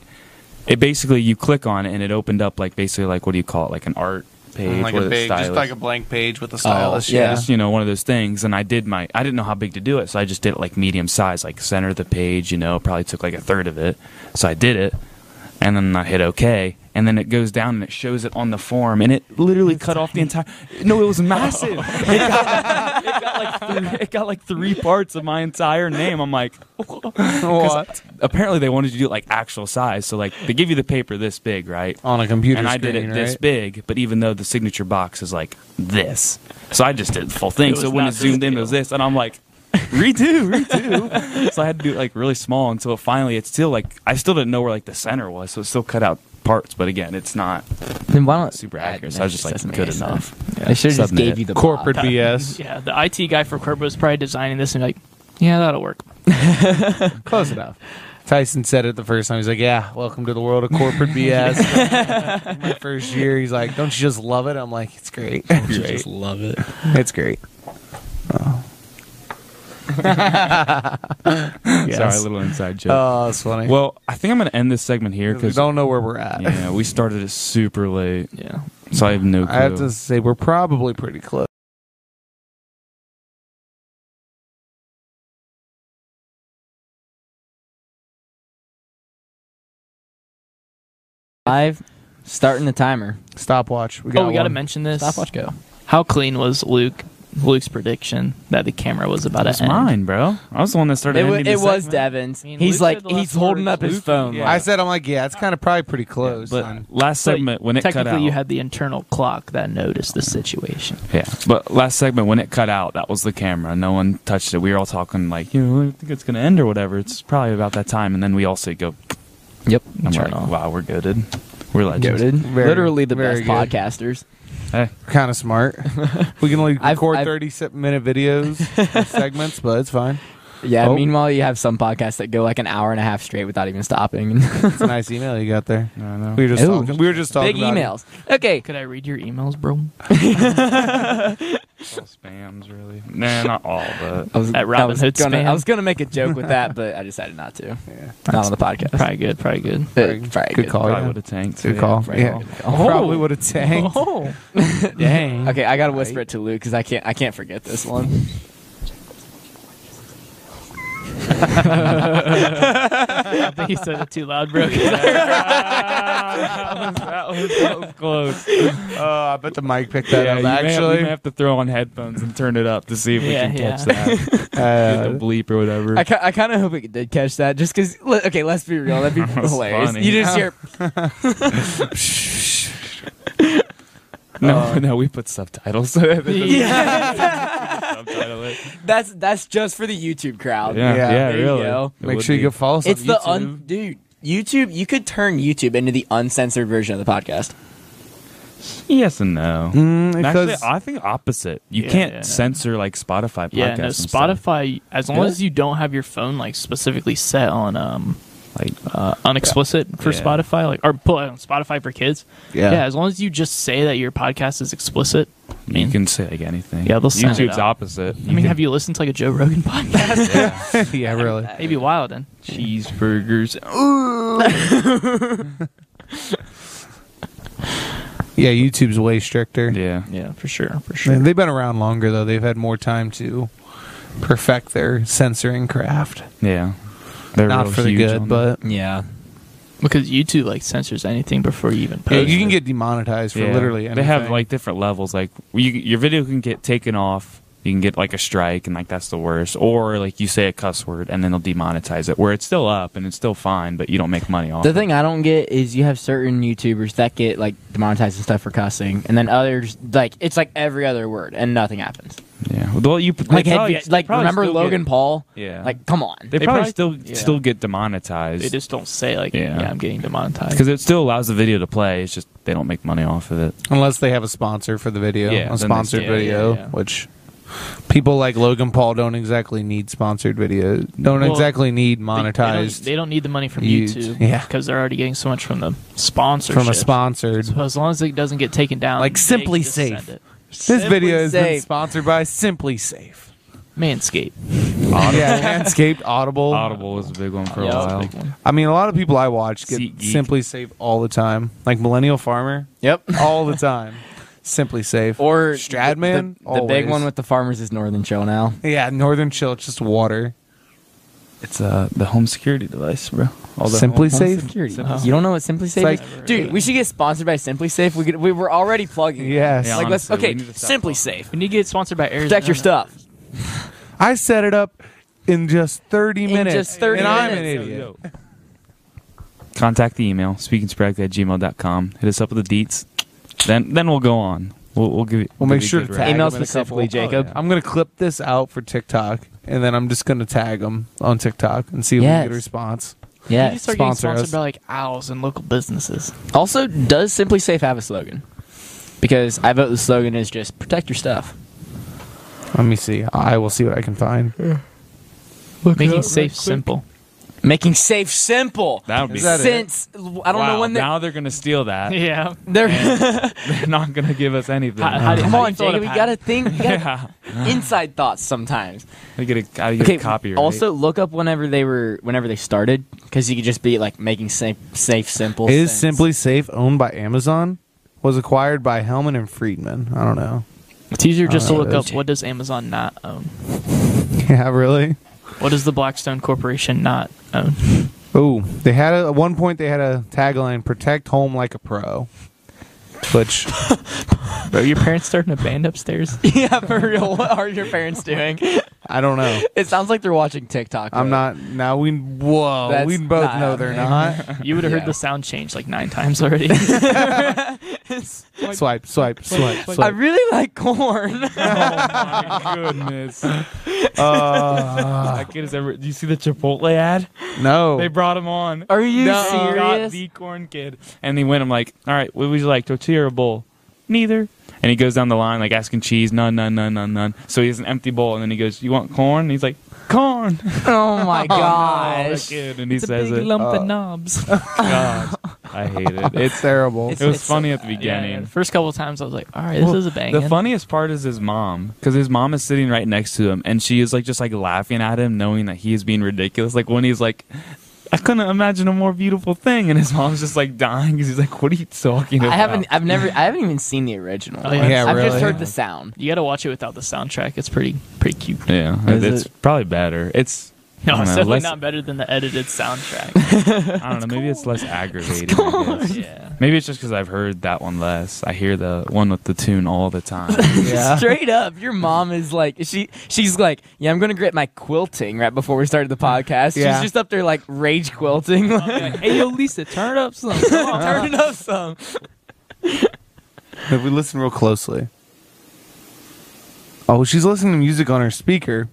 it basically you click on it and it opened up like basically like what do you call it? Like an art page, with stylus. blank page with a stylus, yeah. just, you know one of those things and i did my i didn't know how big to do it so i just did it like medium size like center of the page you know probably took like a third of it so i did it and then i hit okay and then it goes down and it shows it on the form and it literally cut off the entire no it was massive it, got, it got like three, it got like three parts of my entire name. I'm like, 'cause What? apparently they wanted you to do like actual size. So like they give you the paper this big, right? On a computer and I screen, did it right? this big, but even though the signature box is like this, so I just did the full thing. It so was when not it zoomed this in, big. it was this, and I'm like, redo, redo. so I had to do it like really small until finally it's still like I still didn't know where like the center was, so it still cut out parts. But again, it's not Then why don't super Ah, accurate. that So I was just just like, doesn't make good any enough. Yeah, They should have just submit gave it. you the Corporate blob. BS. Yeah, the IT guy for Corpo is probably designing this and be like, yeah, that'll work. Close enough. Tyson said it the first time. He's like, "Yeah, welcome to the world of corporate BS." My first year, he's like, "Don't you just love it?" I'm like, "It's great. It's great. just love it. It's great." Oh. Yes. Sorry, a little inside joke. Oh, that's funny. Uh, well, I think I'm going to end this segment here we because don't know where we're at. yeah, we started it super late, Yeah. Oh, so I have no clue. I have to say, we're probably pretty close. Five, starting the timer. Stopwatch. We got Oh, we got to one. mention this. Stopwatch go. How clean was Luke? Luke's prediction that the camera was about That's to end. mine, bro. I was the one that started. It, wa- ending the it was segment. Devin's. I mean, he's Luke like, said the he's last holding word. up his Luke- phone. yeah. I said, "I'm like, yeah, it's kind of probably pretty close." son. But last But segment when it cut Technically, out, you had the internal clock that noticed the situation. yeah. But last segment when it cut out, that was the camera. No one touched it. We were all talking like, you know, I think it's gonna end or whatever. It's probably about that time, and then we all say go. Yep. I'm Turn like, off. wow, we're goaded. We're legends. Goated. Very- Literally the very best good. podcasters. Hey, kind of smart. we can only I've- record I've- 30 se- minute videos, or segments, but it's fine. Yeah. Oh. Meanwhile, you have some podcasts that go like an hour and a half straight without even stopping. It's a nice email you got there. I don't know. We were just Ooh. talking. We were just talking. Big about it. emails. Okay. Could I read your emails, bro? All spams really. Nah, not all, but I Oh, was, At I was Robinhood gonna, spam. I was gonna make a joke with that, but I decided not to. Yeah. Not on the podcast. Probably good. Probably good. Uh, probably Good call. probably yeah. would have tanked. Good yeah, call. probably Yeah. all. Probably would have tanked. Oh, Dang. Okay, I gotta whisper it to Luke because I can't. I can't forget this one. I think you said it too loud, bro. that, was, that was close. Oh, I bet the mic picked that Yeah, up. you may, have, Actually, you may have to throw on headphones and turn it up to see if we Yeah, can yeah. catch that. Get the Uh, bleep or whatever. I, ki- I kind of hope it did catch that, just because. Okay, let's be real. That'd be That was hilarious. funny. You just hear. no, no, we put subtitles. yeah. Yeah, Subtitle it. that's that's just for the YouTube crowd. Yeah, yeah, Yeah, there you really. go. It make would sure you be. go follow us It's on the YouTube. un dude YouTube. You could turn YouTube into the uncensored version of the podcast. Yes and no. Mm, Actually, because- I think opposite. You Yeah, can't yeah, no. censor like Spotify podcasts. yeah, no. and stuff. Spotify. As long Really? as you don't have your phone like specifically set on um Like, uh, unexplicit for Yeah. Spotify, like or put on Spotify for kids. Yeah. As long as you just say that your podcast is explicit. I you mean, can say like anything. Yeah, they'll censor YouTube's that. opposite. I Mhm. mean, have you listened to like a Joe Rogan podcast? yeah, really. Maybe wild then. cheeseburgers? Yeah, YouTube's way stricter. Yeah. Yeah, for sure, for Man, sure. They've been around longer though. They've had more time to perfect their censoring craft. Yeah. They're Not real for the huge good, on but Yeah, Because YouTube like censors anything before you even yeah, post. you can it. get demonetized for Yeah. literally anything. They have like different levels. Like you, your video can get taken off. You can get like a strike, and like that's the worst. Or like you say a cuss word, and then they'll demonetize it. Where it's still up and it's still fine, but you don't make money off. The it. thing I don't get is you have certain YouTubers that get like demonetized and stuff for cussing, and then others like it's like every other word and nothing happens. Yeah. Well, you they Like probably- head, like probably remember still Logan Get, Paul? yeah. Like come on. they, They probably- probably, still yeah. still get demonetized. They just don't say like, Yeah. yeah, I'm getting demonetized. because it still allows the video to play. It's just they don't make money off of it. unless they have a sponsor for the video, Yeah, a then sponsored they- yeah, yeah, video, yeah. which people like Logan Paul don't exactly need sponsored videos. Don't Well, exactly need They- they don't- monetized They, don't need the money from Huge. YouTube Yeah. because they're already getting so much from the sponsorship. from a sponsored. So as long as it doesn't get taken down, Like they Simply just send Safe. it. This video has been Safe. sponsored by Simply Safe. Manscaped. Yeah, Manscaped, Audible. Audible was a big one for Yeah, Oh. a that's a while. big one. I mean, a lot of people I watch get SeatGeek. Simply Safe all the time, like Millennial Farmer, Yep. all the time. Simply Safe Or Stradman, The, the big always. one with the farmers is Northern Chill now. yeah, Northern Chill, it's just water. It's uh the home security device, bro. All the Simply home- Safe. Security. Simply You don't know what Simply Safe like- is, Uh-huh. dude? We should get sponsored by Simply Safe. We could, we were already plugging. it. Yes. Yeah, Like let's honestly, we okay. need to stop Simply plugging. Safe. We need to get sponsored by Arizona. Protect your stuff. I set it up in just 30 minutes. just 30 and I'm an minutes. idiot. Contact the email, speakingsprag at gmail.com. Hit us up with the deets. Then then we'll go on. We'll, we'll give you. We'll give make you a sure good to rap. tag Email them in a specifically, couple. Jacob. Oh, yeah. I'm gonna clip this out for TikTok, and then I'm just gonna tag them on TikTok and see if we Yes. get a response. You Yeah. just start getting sponsor sponsored us. by like owls and local businesses. Also, does Simply Safe have a slogan? Because I vote the slogan is just protect your stuff. Let me see. I will see what I can find. Making safe simple. Making safe simple. That would be. Is that it? Since I don't know Wow, when they now they're gonna steal that. Yeah. they're They're not gonna give us anything. How- how do- Come on, throw it Jacob, up you high. gotta think you gotta yeah, inside thoughts sometimes. I get a, I get a copy. Right? Also, look up whenever they were whenever they started because you could just be like making safe, safe, simple. Is things. Simply Safe owned by Amazon? Was acquired by Hellman and Friedman. I don't know. It's easier just to Oh, look those- up what does Amazon not own? Yeah, really. What does the Blackstone Corporation not own? Oh, they had a, at one point they had a tagline: "Protect home like a pro," which Bro, your parents starting a band upstairs? yeah, for real. What are your parents doing? I don't know. It sounds like they're watching TikTok. I'm really. not. Now we whoa. That's we both not know they're not. You would have Yeah. heard the sound change like nine times already. swipe, swipe, swipe, swipe. swipe. I really like corn. oh my goodness, that kid is ever. Do you see the Chipotle ad? Uh, no. They brought him on. Are you No. He got serious? the corn kid, and he went. I'm like, all right, what would you like, tortilla or bowl? Neither. And he goes down the line like asking cheese, none, none, none, none, none. So he has an empty bowl, and then he goes, "You want corn?" And he's like, "Corn." oh my The gosh. kid, and he it's a says big it. lump Uh, of knobs. God, I hate it. It's it's terrible. it was It's so funny at the Yeah, beginning. yeah, the first couple of times I was like, all right, this Well, is a bang. The funniest part is his mom, because his mom is sitting right next to him, and she is like just like laughing at him, knowing that he is being ridiculous. Like when he's like, "I couldn't imagine a more beautiful thing," and his mom's just like dying because he's like, "What are you talking about?" I haven't. I've never. I haven't even seen the original. Oh, yeah. Yeah, I've just really. heard the sound. you got to watch it without the soundtrack. It's pretty pretty cute. Yeah, Is it's probably better. It's I No, don't it's know, definitely less- not better than the edited soundtrack. I don't know. Maybe it's less aggravating. I guess. yeah. Maybe it's just because I've heard that one less. I hear the one with the tune all the time. yeah. Straight up, your mom is like she. She's like, yeah, I'm gonna grit my quilting right before we started the podcast. Yeah. She's just up there like rage quilting. hey, yo, Lisa, turn it up some. Come on. Turn it up some. If we listen real closely. Oh, she's listening to music on her speaker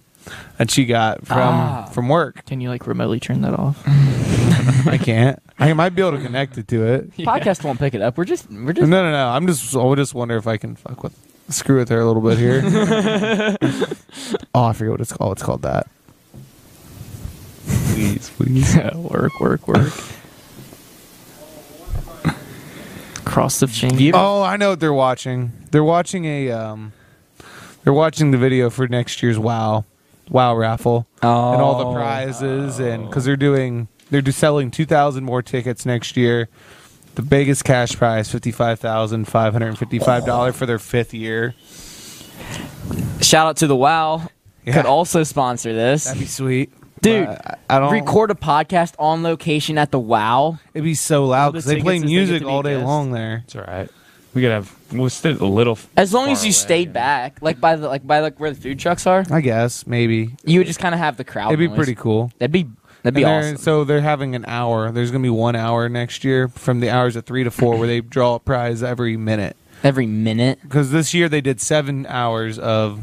that she got from Ah. from work. Can you like remotely turn that off? I can't. I might be able to connect it to it. Podcast won't pick it up. We're just. We're No, just. no, no. I'm just. I would just wonder if I can fuck with, screw with her a little bit here. oh, I forget what it's called. It's called that. Please, please. work, work, work. Cross the You- finger. Oh, I know what they're watching. They're watching a. Um, they're watching the video for next year's Wow, Wow raffle. Oh. and all the prizes and because they're doing they're do selling 2000 more tickets next year the biggest cash prize $55555 dollars for their fifth year Shout out to the Wow. Yeah. Could also sponsor this, that'd be sweet dude. But I, I don't Record a podcast on location at the Wow. it'd be so loud the because they play tickets is they get music to be all day guests. long there it's all right. We gotta have. We'll sit a little. As long far as you away, stayed yeah. back, like by the like by like where the food trucks are, i guess maybe you would just kind of have the crowd. it'd be noise. pretty cool That'd be that'd be And they're- awesome. So they're having an hour. There's gonna be one hour next year from the hours of three to four, where they draw a prize every minute. Every minute. because this year they did seven hours of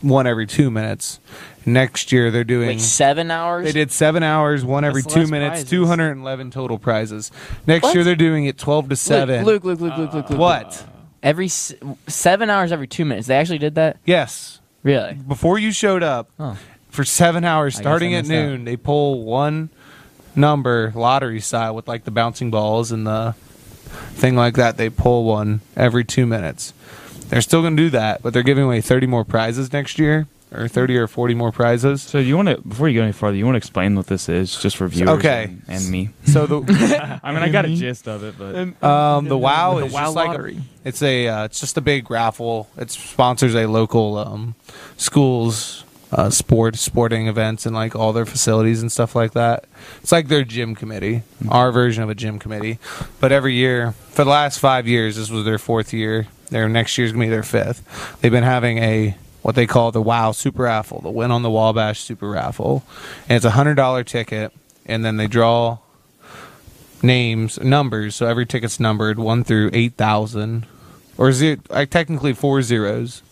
one every two minutes. Next year they're doing. Wait, seven hours? they did seven hours, one every That's two less minutes, prizes. two hundred and eleven total prizes. Next What? year they're doing it twelve to seven. Luke, Luke, Luke, Luke, Luke, Luke. what? Every s- seven hours, every two minutes. They actually did that. Yes, Really? before you showed up Oh. for seven hours, I guess starting I at missed out. noon, they pull one number lottery style with like the bouncing balls and the thing like that. They pull one every two minutes. They're still going to do that, but they're giving away thirty more prizes next year, or thirty or forty more prizes. So you want to before you go any farther, you want to explain what this is, just for viewers Okay. and, and me. So the I mean, I got a gist of it, but um, the WoW is WoW just like a, lottery. it's a uh, it's just a big raffle. It sponsors a local um, schools uh, sport sporting events and like all their facilities and stuff like that. It's like their gym committee, Hmm. our version of a gym committee. But every year for the last five years, this was their fourth year. Their next year's gonna be their fifth. They've been having a what they call the Wow Super Raffle, the Win on the Wabash Super Raffle, and it's a hundred dollar ticket, and then they draw names, numbers. So every ticket's numbered one through eight thousand, or zero, like technically four zeros.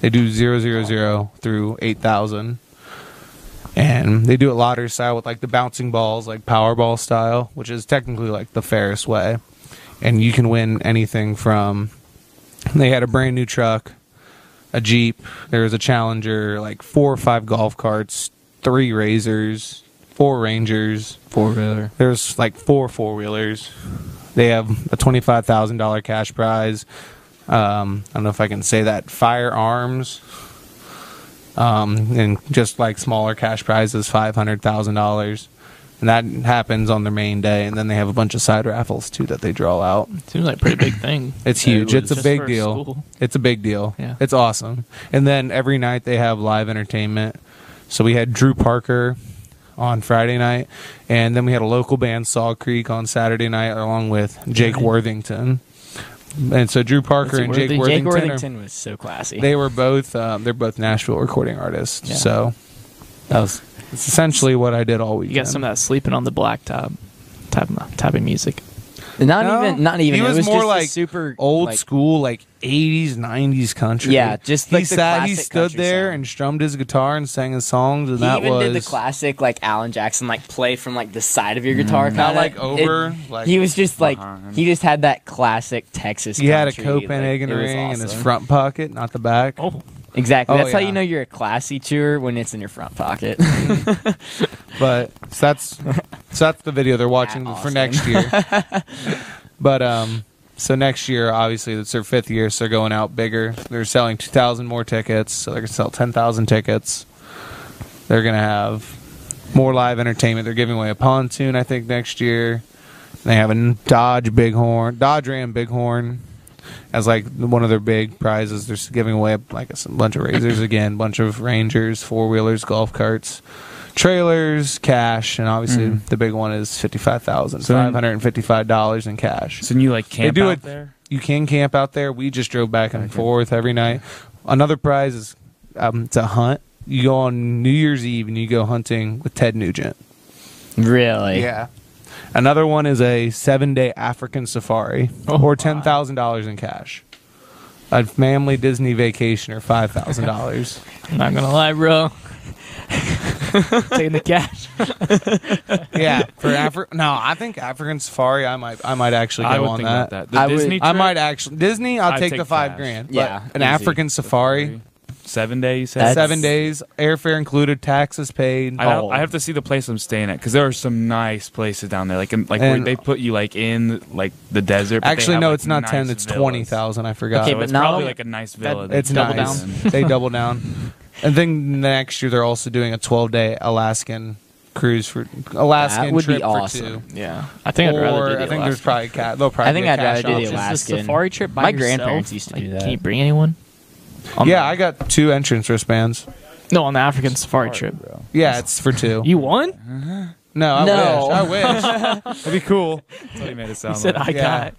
They do zero zero zero through eight thousand, and they do it lottery style with like the bouncing balls, like Powerball style, which is technically like the fairest way. And you can win anything from. They had a brand new truck, a jeep. There was a Challenger, like four or five golf carts, three razors, four Rangers. Four wheeler. There's like four four wheelers. They have a twenty five thousand dollar cash prize. Um, I don't know if I can say that. Firearms, um, and just like smaller cash prizes, five hundred thousand dollars, and that happens on their main day. And then they have a bunch of side raffles too that they draw out. Seems like a pretty big thing. It's That it huge. It's was a just big for deal. school. It's a big deal. Yeah. It's awesome. And then every night they have live entertainment. So we had Drew Parker on Friday night, and then we had a local band, Saw Creek, on Saturday night, along with Jake Worthington. And so Drew Parker What's and Jake Worthing- Worthington, Jake are- Worthington was so classy. they were both um, they're both Nashville recording artists. Yeah. So that was it's essentially what I did all weekend. You got some of that sleeping on the blacktop type of, type of music. not No, even not even. He it was, was more just a like super old like, school, like eighties, nineties country. Yeah, just he like the sat, he classic stood country there sound. and strummed his guitar and sang his songs, and He that even was did the classic like Alan Jackson like play from like the side of your guitar, Mm. Not kinda. like It- over, like he was just like behind. he just had that classic Texas. He had a country, like, Copenhagen it was ring in his awesome. front pocket, not the back. Oh, Exactly. Oh, that's how yeah. you know you're a classy tour when it's in your front pocket. But so that's so that's the video they're watching At for Austin. next year. but um, so next year, obviously, it's their fifth year, so they're going out bigger. They're selling two thousand more tickets, so they're gonna sell ten thousand tickets. They're gonna have more live entertainment. They're giving away a pontoon, I think, next year. They have a Dodge Bighorn, Dodge Ram Bighorn, as like one of their big prizes. They're s- giving away like a s- bunch of razors again, bunch of Rangers, four wheelers, golf carts, trailers, cash, and obviously the big one is fifty five thousand So five in- hundred and fifty five dollars in cash. So you like camp They do out it- there? You can camp out there. We just drove back and forth every night. Another prize is um, it's a hunt. You go on New Year's Eve and you go hunting with Ted Nugent. really? Yeah. Another one is a seven day African safari Oh, or ten thousand dollars in cash. A family Disney vacation or five thousand dollars. I'm not gonna lie, bro. Taking the cash. yeah, for Afri- No, I think African safari. I might, I might actually go I would on think that. about that. The I would- Disney I trip, might actually Disney. I'll I'd take, take the five cash. grand. Yeah, Yeah, an easy. African safari, seven days. That's- seven days, airfare included, taxes paid. I, Oh. I have to see the place I'm staying at because there are some nice places down there. Like, in, like where And- they put you like in like the desert. but they actually, have, no, like, it's not nice ten. It's villas. twenty thousand. I forgot. Okay, So but it's not probably only- like a nice villa. It's double nice. down. they double down. And then next year they're also doing a 12 day Alaskan cruise for Alaskan That would be trip awesome. for two. Yeah, I think or I'd rather do the I think there's Alaskan. probably ca- they'll probably I think be a I'd cash rather do the option. Alaskan. Just the safari trip. By My yourself? grandparents used to Like, do that. Can you bring anyone? On Yeah, the- I got two entrance wristbands. no, on the African safari trip. Yeah, it's for two. You won? no, I No. wish. I wish. That'd be cool. That's what he made it He sound said like. I got.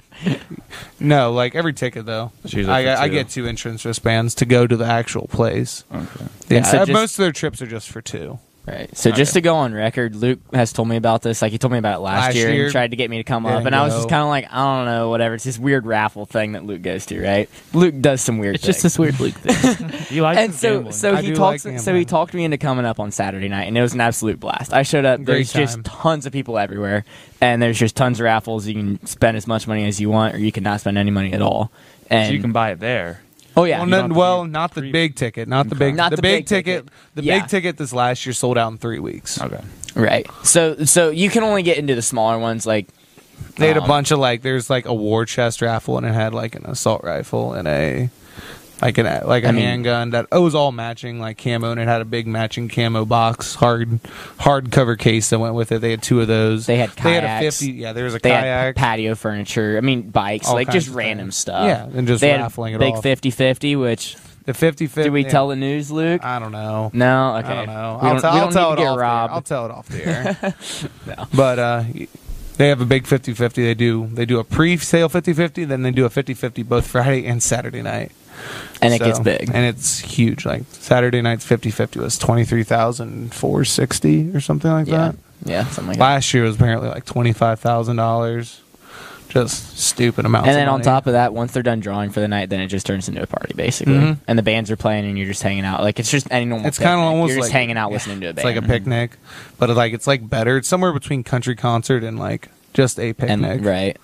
No, like every ticket though. It's usually I, for got- I two. get two entrance wristbands to go to the actual place. Okay. Yeah, And so uh, just- most of their trips are just for two. Right. So just to go on record, Luke has told me about this. Like he told me about it last, Last year, year, and tried to get me to come up, didn't and I was just go. kind of like, I don't know, whatever. It's this weird raffle thing that Luke goes to, right? Luke does some weird. It's just things. this weird Luke thing. He likes And his so, gambling. so I he do talked. like so he gambling. talked me into coming up on Saturday night, and it was an absolute blast. I showed up. Great There's time. just tons of people everywhere, and there's just tons of raffles. You can spend as much money as you want, or you can not spend any money at all. And So you can buy it there. oh yeah, Well, You don't no, have to well be not the big ticket, not the big, Not the, the big, big ticket. ticket. The Yeah. big ticket this last year sold out in three weeks. Okay. right. So so you can only get into the smaller ones, like They had a Um, bunch of like there's like a war chest raffle and it had like an assault rifle and a like an like a I mean- handgun that it was all matching like camo and it had a big matching camo box hard hard cover case that went with it. They had two of those. They had They had a kayaks. fifty. Yeah, there was a They had kayak. patio furniture. I mean, bikes, All like kinds just of random things. stuff. Yeah, and just they had raffling it big off. 50-50, Which the fifty fifty. did we tell the news, Luke? I don't know. no. Okay. I don't know. We I'll, don't, tell, we I'll don't tell need it to get off. The air. robbed. I'll tell it off the air. But uh, They have a big 50-50. They do they do a pre-sale 50-50, then they do a 50-50 both Friday and Saturday night. and it So- gets big. And it's huge. Like Saturday night's 50-50 was 23,460 or something like yeah, that. yeah, something like that. Last year was apparently like $25,000. Just stupid amounts. And then of on money. top of that, once they're done drawing for the night, then it just turns into a party basically. Mhm. And the bands are playing, and you're just hanging out. Like it's just any normal. It's kinda picnic. almost you're just like- hanging out listening to a It's band. like a picnic, but like it's like better. It's somewhere between country concert and like just a and picnic. right,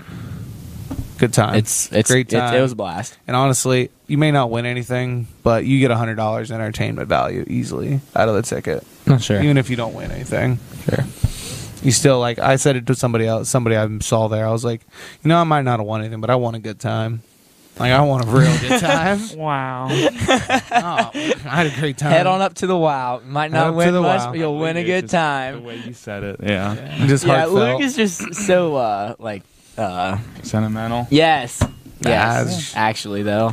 Good time. it's it's great it's- time. It, was a blast. and honestly, you may not win anything, but you get a hundred dollars entertainment value easily out of the ticket, Not sure. even if you don't win anything. sure. You still like I said it to somebody else, somebody I saw there. I was like, you know, I might not have won anything, but I want a good time. Like I want a real good time. Wow. oh, I had a great time. Head on up to the wow. Might Head not up to win the much, Wow. but you'll win a good The time. way you said it. Yeah. Just Yeah, heartfelt. Luke is just so uh like uh Sentimental. yes. Nah, Yes. it's- Actually though.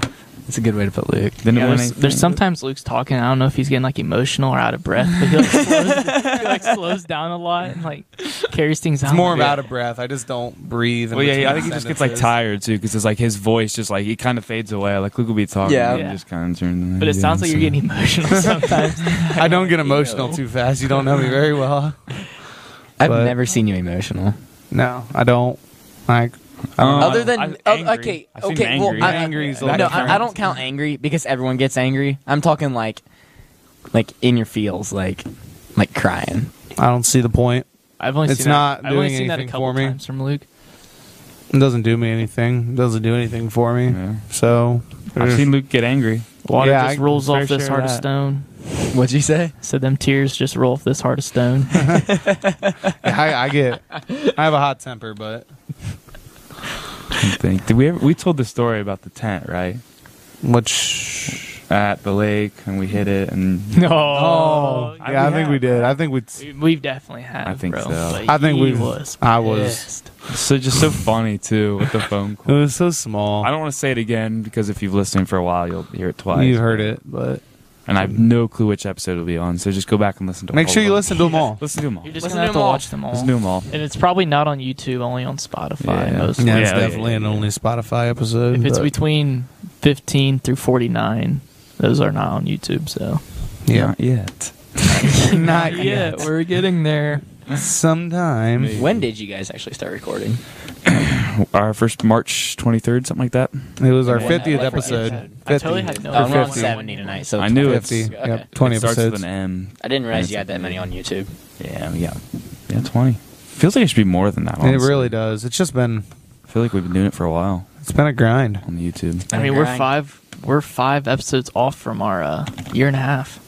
It's a good way to put Luke. Didn't Yeah, win there's, anything, there's but- sometimes Luke's talking. I don't know if he's getting like emotional or out of breath, but he like slows, he, like, slows down a lot and like carries things out. It's more of Yeah. out of breath. I just don't breathe. in Well, yeah, yeah, I think between he just gets like sentences. tired too, because it's like his voice just like he kind of fades away. Like Luke will be talking, Yeah. and he Yeah. just kind of turns. But it sounds like you're getting emotional sometimes. I don't get emotional too fast. You don't know me very well. I've But- never seen you emotional. No, I don't. Like, I don't Uh, know. Other than I'm oh, angry. okay, I've seen okay, well, angry. I, Angry is a I, lot no, different. I, I don't count angry because everyone gets angry. I'm talking like, like in your feels, like, like crying. I don't see the point. I've only It's seen not that. I've only doing seen that a anything couple for me. times from Luke. It doesn't do me anything. It doesn't do anything for me. Yeah. So I've seen Luke get angry. Water Yeah, just I- rolls fair off this share heart of that. stone. What'd you say? So them tears just roll off this heart of stone. I, I get. I have a hot temper, but I think. Did we ever? We told the story about the tent, right? which. At the lake, and we hit it, and Oh, no, I- yeah, I think yeah. we did. I think we. we've definitely had. I think bro. so. But I think he we've- Was I was- pissed. so just so funny too with the phone It call. was so small. I don't want to say it again because if you've listened for a while, you'll hear it twice. You heard it, but and I have no clue which episode it'll be on. So just go back and listen to. make all sure of you them. listen to them all. Listen to them all. You're just Listen gonna to have to them all. watch them all. Listen to them all. And it's probably not on YouTube, only on Spotify Yeah. mostly. Yeah, it's Yeah, yeah, definitely yeah, an yeah. only Spotify episode. If it's but- between 15 through 49, those are not on YouTube, so. yeah, Not yet. not yet. We're getting there. Sometime. Maybe. When did you guys actually start recording? Our first March twenty third, something like that. It was our Yeah. 50th Yeah. episode. I totally had 50. no Oh, I'm idea. on 50. seventy tonight, so I knew it. 50. Okay. Yep, 20 it starts episodes. with an M. I didn't realize you had that many on YouTube. Yeah, yeah, yeah. Twenty. Feels like it should be more than that. It honestly. really does. It's just been I feel like we've been doing it for a while it's been a grind. on YouTube. I mean, we're Grind. five we're five episodes off from our uh, year and a half.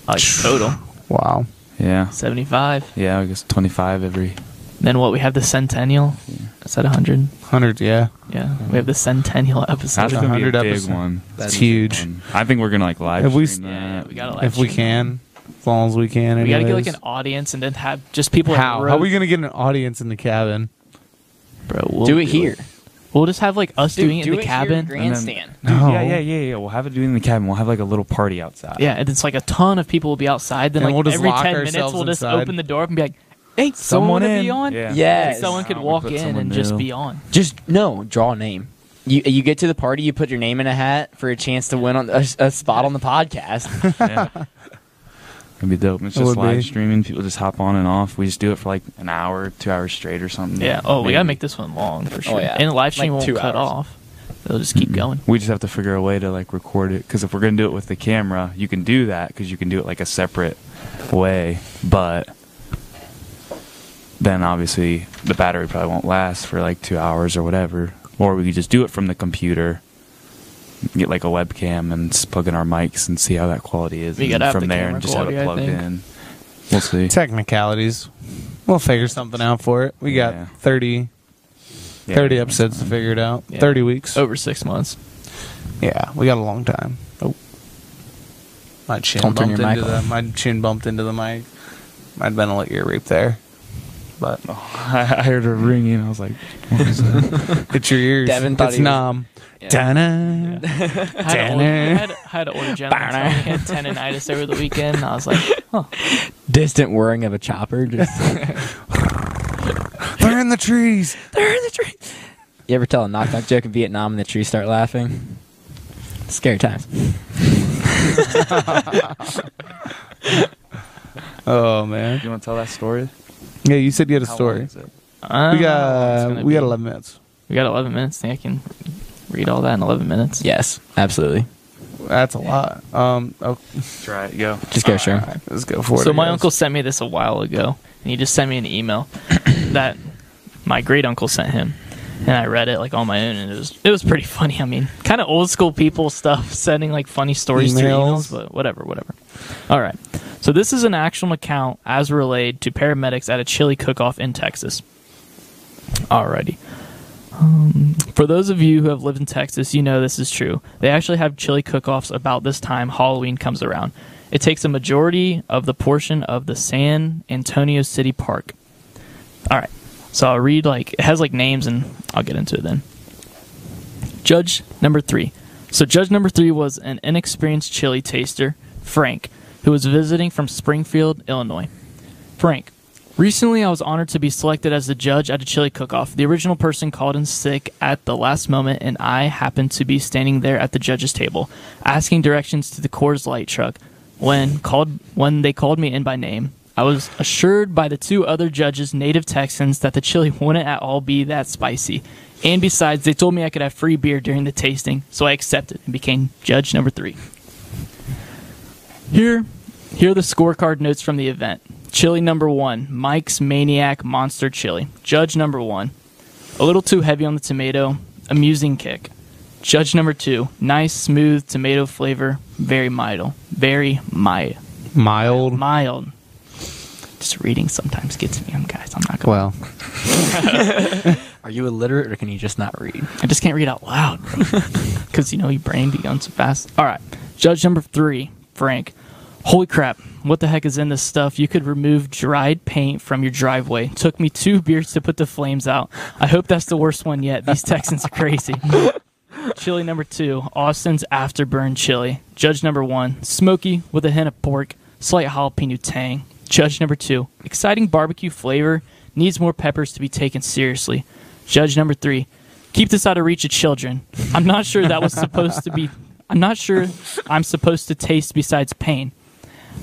Like total Wow. Yeah, 75. yeah. I guess twenty five every. Then what? We have the centennial. Is that 100? Hundred, yeah. Yeah, we have the centennial episode. That's gonna be a 100 big episode. one. That's a big huge. one. I think we're gonna like live. If we stream s- Yeah, that. yeah, we gotta if we can. As long as we can. We got to get anyways. like an audience and then have just people. that How? wrote- How are we gonna get an audience in the cabin? Bro, we'll do it here. We'll just have like us Dude, doing it do in the it here, cabin. grandstand. Dude, No. Yeah, yeah, yeah, yeah. We'll have it doing in the cabin. We'll have like a little party outside. Yeah, and it's like a ton of people will be outside. Then like And we'll just every lock ten minutes, ourselves we'll just inside. open the door up and be like, "Hey, someone, wanna be on." Yeah. Yes. Like, someone could Oh, we walk put in someone and just new. be on. Just no, draw a name. You you get to the party, you put your name in a hat for a chance to win on a, a spot on the podcast. yeah. It'd be dope. It's It would just be. live streaming. People just hop on and off. We just do it for like an hour, two hours straight or something. Yeah. Oh, we Maybe. gotta make this one long for sure. Oh, yeah. And the live stream Like two won't cut hours. off. They'll just Mm-hmm. keep going. We just have to figure a way to like record it because if we're gonna do it with the camera, you can do that because you can do it like a separate way. But then obviously the battery probably won't last for like two hours or whatever. Or we could just do it from the computer, get like a webcam and s- plug in our mics and see how that quality is. We and gotta have from the there camera and just have quality, it I plugged think. in. We'll see. Technicalities. We'll figure something out for it. We got Yeah. 30, Yeah. 30 episodes to figure it out. Yeah. Oh. Thirty weeks. Over six months. Yeah, we got a long time. Oh. My chin Don't turn bumped your mic into the off. my chin bumped into the mic. Might have been a little ear rape there. But Oh. I, I heard a ringing. I was like, what is that? it's your ears. Devin thought it's he was- numb. Dunna. I had, an old, I had, I had an older gentleman tell me he had tendonitis over the weekend. and I was like, huh. Distant whirring of a chopper. Just in the trees. They're in the tree. You ever tell a knock knock joke in Vietnam and the trees start laughing? Scary times. Oh man. You want to tell that story? Yeah, you said you had a How long story. is it? Uh, We it's got gonna we be- got eleven minutes. We got 11 minutes. I think I can read all that in 11 minutes. Yes, absolutely. That's a lot. Um, oh, Try it. Go. Just go, sure. let's go for it. So my guys. uncle sent me this a while ago, and he just sent me an email that my great uncle sent him, and I read it like on my own, and it was it was pretty funny. I mean, kind of old school people stuff sending like funny stories through Emails. emails, but whatever, whatever. All right, so this is an actual account as relayed to paramedics at a chili cook-off in Texas. Alrighty. Um, For those of you who have lived in Texas, you know this is true. They actually have chili cook offs about this time Halloween comes around. It takes a majority of the portion of the San Antonio City Park. All right. So I'll read, like, it has, like, names, and I'll get into it then. Judge number three. So, judge number three was an inexperienced chili taster, Frank, who was visiting from Springfield, Illinois. Frank, recently I was honored to be selected as the judge at a chili cook off. The original person called in sick at the last moment, and I happened to be standing there at the judge's table, asking directions to the Coors Light truck. When called, when they called me in by name, I was assured by the two other judges, native Texans, that the chili wouldn't at all be that spicy. And besides, they told me I could have free beer during the tasting, so I accepted and became judge number three. Here, here are the scorecard notes from the event. Chili number one, Mike's Maniac Monster Chili. Judge number one, a little too heavy on the tomato, amusing kick. Judge number two, nice smooth tomato flavor, very mild, very mild, mild. mild. Just reading sometimes gets me, um, guys. I'm not gonna. well, Are you illiterate or can you just not read? I just can't read out loud because you know your brain be going so fast. All right, judge number three, Frank. Holy crap! What the heck is in this stuff? You could remove dried paint from your driveway. Took me two beers to put the flames out. I hope that's the worst one yet. These Texans are crazy. chili number two, Austin's afterburn chili. Judge number one, smoky with a hint of pork, slight jalapeno tang. Judge number two, exciting barbecue flavor, needs more peppers to be taken seriously. Judge number three, keep this out of reach of children. I'm not sure that was supposed to be. I'm not sure I'm supposed to taste besides pain.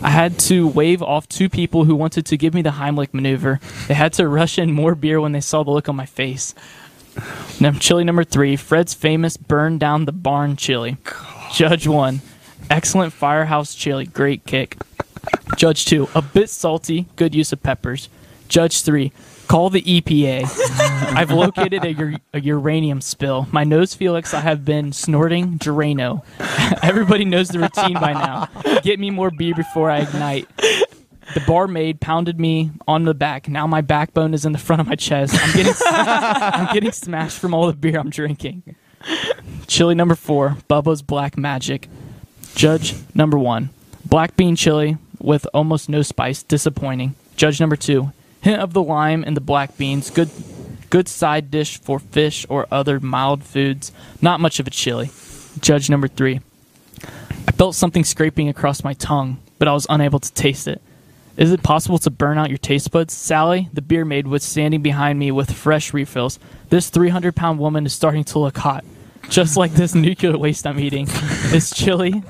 I had to wave off two people who wanted to give me the Heimlich maneuver. They had to rush in more beer when they saw the look on my face. Num- chili number three, Fred's famous burn down the barn chili. Judge one, excellent firehouse chili, great kick. Judge two, a bit salty, good use of peppers. Judge three, call the EPA. I've located a, ur- a uranium spill. My nose, Felix, I have been snorting Durano. Everybody knows the routine by now. Get me more beer before I ignite. The barmaid pounded me on the back. Now my backbone is in the front of my chest. I'm getting, I'm getting smashed from all the beer I'm drinking. Chili number four, Bubba's Black Magic. Judge number one, black bean chili with almost no spice, disappointing. Judge number two, hint of the lime and the black beans, good, good side dish for fish or other mild foods. Not much of a chili. Judge number three, I felt something scraping across my tongue, but I was unable to taste it. Is it possible to burn out your taste buds? Sally, the beer maid, was standing behind me with fresh refills. This 300 pound woman is starting to look hot, just like this nuclear waste I'm eating. It's chili.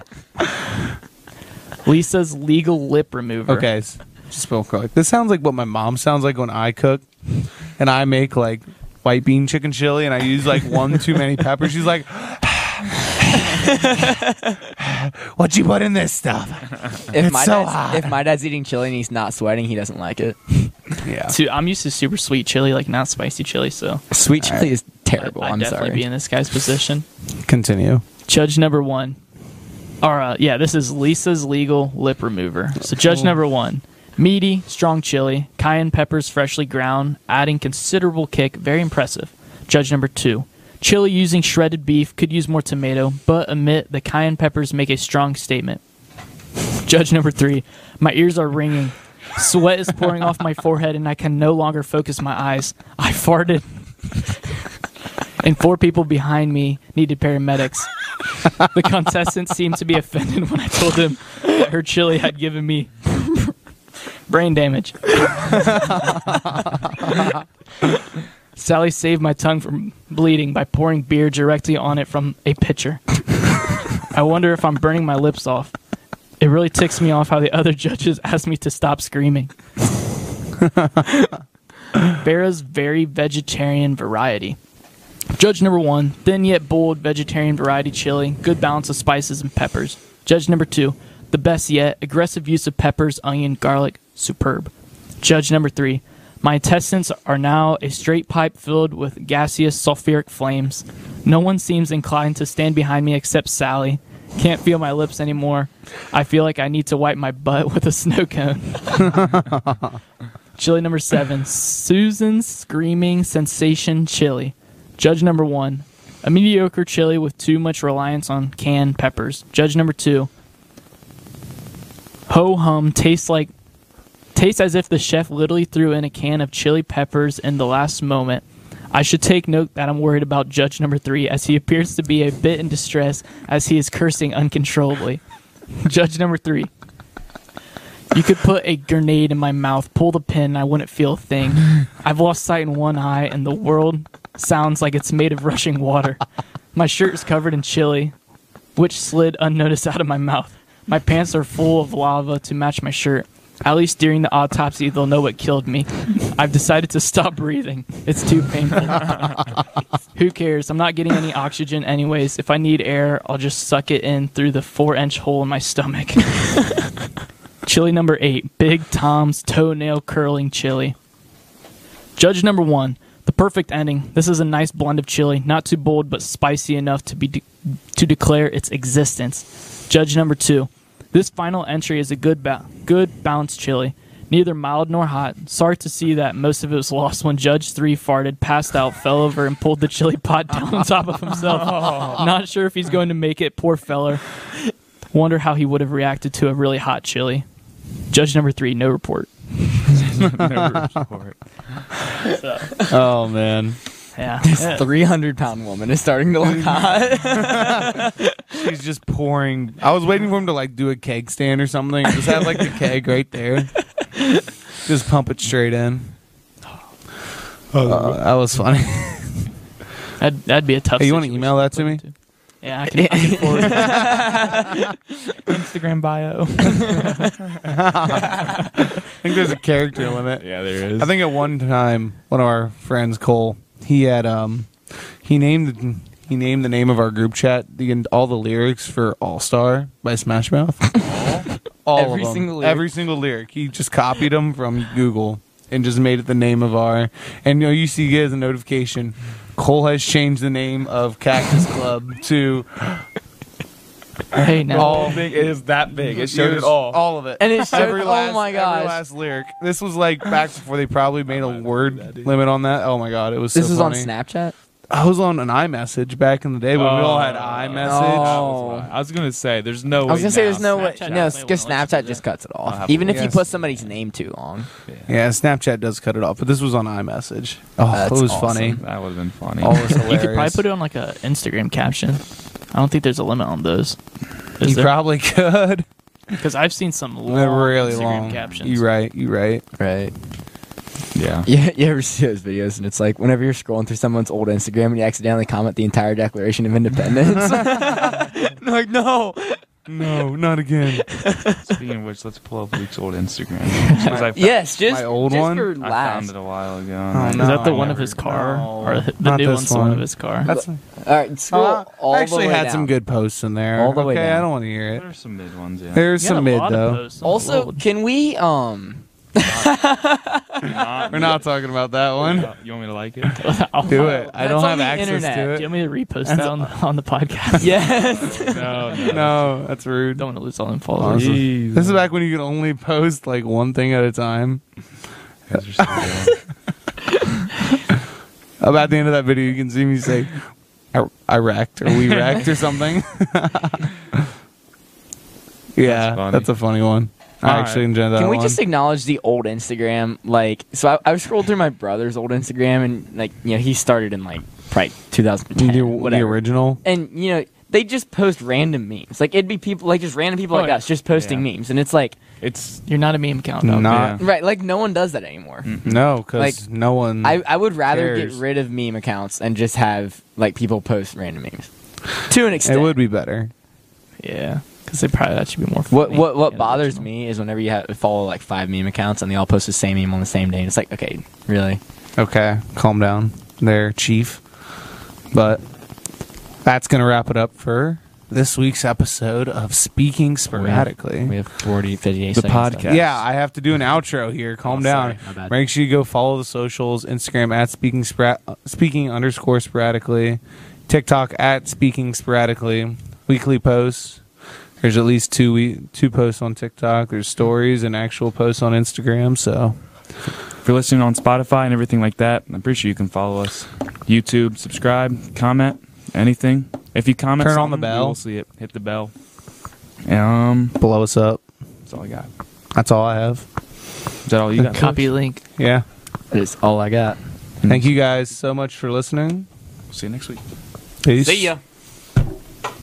Lisa's legal lip remover. okay. s- Just real quick. This sounds like what my mom sounds like when I cook, and I make like white bean chicken chili, and I use like one too many peppers. She's like, "What you put in this stuff?" If It's my so dad's, hot. If my dad's eating chili and he's not sweating, he doesn't like it. Yeah. Dude, I'm used to super sweet chili, like not spicy chili, so Sweet chili is terrible. I'd I'm definitely sorry. be in this guy's position. Continue. Judge number one. Or, uh, yeah, this is Lisa's legal lip remover. So, judge number one meaty, strong chili, cayenne peppers freshly ground, adding considerable kick. Very impressive. Judge number two chili using shredded beef, could use more tomato, but omit the cayenne peppers make a strong statement. Judge number three my ears are ringing. Sweat is pouring off my forehead, and I can no longer focus my eyes. I farted. And four people behind me needed paramedics. The contestants seemed to be offended when I told them that her chili had given me brain damage. Sally saved my tongue from bleeding by pouring beer directly on it from a pitcher. I wonder if I'm burning my lips off. It really ticks me off how the other judges asked me to stop screaming. Vera's very vegetarian variety. Judge number one, thin yet bold vegetarian variety chili, good balance of spices and peppers. Judge number two, the best yet, aggressive use of peppers, onion, garlic, superb. Judge number three, my intestines are now a straight pipe filled with gaseous sulfuric flames. No one seems inclined to stand behind me except Sally. Can't feel my lips anymore. I feel like I need to wipe my butt with a snow cone. Chili number seven, Susan's Screaming Sensation Chili. Judge number one, a mediocre chili with too much reliance on canned peppers. Judge number two, ho hum tastes like tastes as if the chef literally threw in a can of chili peppers in the last moment. I should take note that I'm worried about judge number three as he appears to be a bit in distress as he is cursing uncontrollably. judge number three. You could put a grenade in my mouth, pull the pin, and I wouldn't feel a thing. I've lost sight in one eye, and the world sounds like it's made of rushing water. My shirt is covered in chili, which slid unnoticed out of my mouth. My pants are full of lava to match my shirt. At least during the autopsy, they'll know what killed me. I've decided to stop breathing. It's too painful. Who cares? I'm not getting any oxygen, anyways. If I need air, I'll just suck it in through the four inch hole in my stomach. chili number eight Big Tom's toenail curling chili. Judge number one the perfect ending. This is a nice blend of chili, not too bold but spicy enough to be de- to declare its existence. Judge number two. This final entry is a good ba- good balanced chili, neither mild nor hot. Sorry to see that most of it was lost when Judge three farted, passed out, fell over, and pulled the chili pot down on top of himself. Not sure if he's going to make it. Poor feller. Wonder how he would have reacted to a really hot chili. Judge number three, no report. Never report. Oh man, Yeah. three hundred pound woman is starting to look hot. She's just pouring. I was waiting for him to like do a keg stand or something. Just have like the keg right there. Just pump it straight in. Uh, that was funny. That'd, that'd be a tough. Hey, you wanna situation email that to me? put into. Yeah, I can, I can forward it. Instagram bio. I think there's a character limit. Yeah, there is. I think at one time, one of our friends, Cole, he had um, he named he named the name of our group chat the all the lyrics for All Star by Smash Mouth. all Every of them. single lyric. every single lyric. He just copied them from Google and just made it the name of our. And you know, you see, get as a notification, Cole has changed the name of Cactus Club to hey, Oh. now all. big. It is that big. It It showed it was all. all of it, And it showed- every oh last, my gosh. every last lyric. This was like back before they probably made a word limit on that. Oh my god, it was. This so is on funny. Snapchat. I was on an iMessage back in the day when we all had Oh. iMessage. Oh. I was gonna say there's no. I was gonna say there's no way. Oh, Snapchat No, definitely because won't let you Snapchat do just that. cuts it I'll off. have Even to- if you Yes. put somebody's name too long. Yeah, Snapchat does cut it off, but this was on iMessage. Oh, That's it was awesome. funny. That would have been funny. All was hilarious. you could probably put it on like a Instagram caption. I don't think there's a limit on those. You Is there? probably could. Because I've seen some long They're really Instagram long. captions. You right. You right. Right. yeah. Yeah, you ever see those videos and it's like whenever you're scrolling through someone's old Instagram and you accidentally comment the entire Declaration of Independence. like, no. No, not again. Speaking of which, let's pull up Luke's old Instagram. 'Cause I, Yes, just My old just one? For I last. found it a while ago. Oh, Is no. that the I one of never- his car, No. or the Not new this one's the one one. of his car? That's All right, scroll Uh, all I actually the way had down. some good posts in there. All the way okay, down. I don't want to hear There it. are some mid ones. Yeah. There's You had some a mid lot of though. posts. Also, Lord. can we um Not We're not talking about that one. You want me to like it? I'll- Do it. I That's don't on have the access to internet. Do you it. want me to repost that on, on the podcast? yes. no, no. No, that's rude. Don't want to lose all them Awesome. followers. Jeez. This is back when you could only post like one thing at a time. These are so good. About Uh, the end of that video, you can see me say, "I, I racked" or "We racked" or something. yeah, That's funny. that's, a funny one. I All actually right. enjoyed that Can we one. just acknowledge the old Instagram? Like, so I, I scrolled through my brother's old Instagram, and like, you know, he started in like probably 2010, the, the whatever. original? And you know, they just post random memes. Like, it'd be people like just random people Oh, like yeah. us just posting Yeah. memes, and it's like, It's You're not a meme account. dog. Not Right, like no one does that anymore. no, because Like, no one. I, I would rather Cares. get rid of meme accounts and just have like people post random memes. To an it extent, would be better. Yeah, because they probably that should be more. What funny what what and bothers original. me is whenever you have, follow like five meme accounts and they all post the same meme on the same day. And it's like, okay, really? Okay, calm down there, Chief. But that's going to wrap it up for this week's episode of Speaking Sporadically. We have 40, 50 days. The seconds left. podcast. Yeah, I have to do an outro here. Calm Oh, down. sorry. My bad. Make sure you go follow the socials: Instagram at speaking spora- uh, speaking underscore sporadically, TikTok at speaking sporadically. Weekly posts. There's at least two we- two posts on TikTok. There's stories and actual posts on Instagram. So If you're listening on Spotify and everything like that, I'm pretty sure you can follow us. YouTube, subscribe, comment, anything. If you comment, Turn on the something, bell. We'll see it. Hit the bell. Um, blow us up. that's all I got. That's all I have. Is that all you got? Copy link. Yeah. That is all I got. Thank you guys so much for listening. See you next week. Peace. See ya.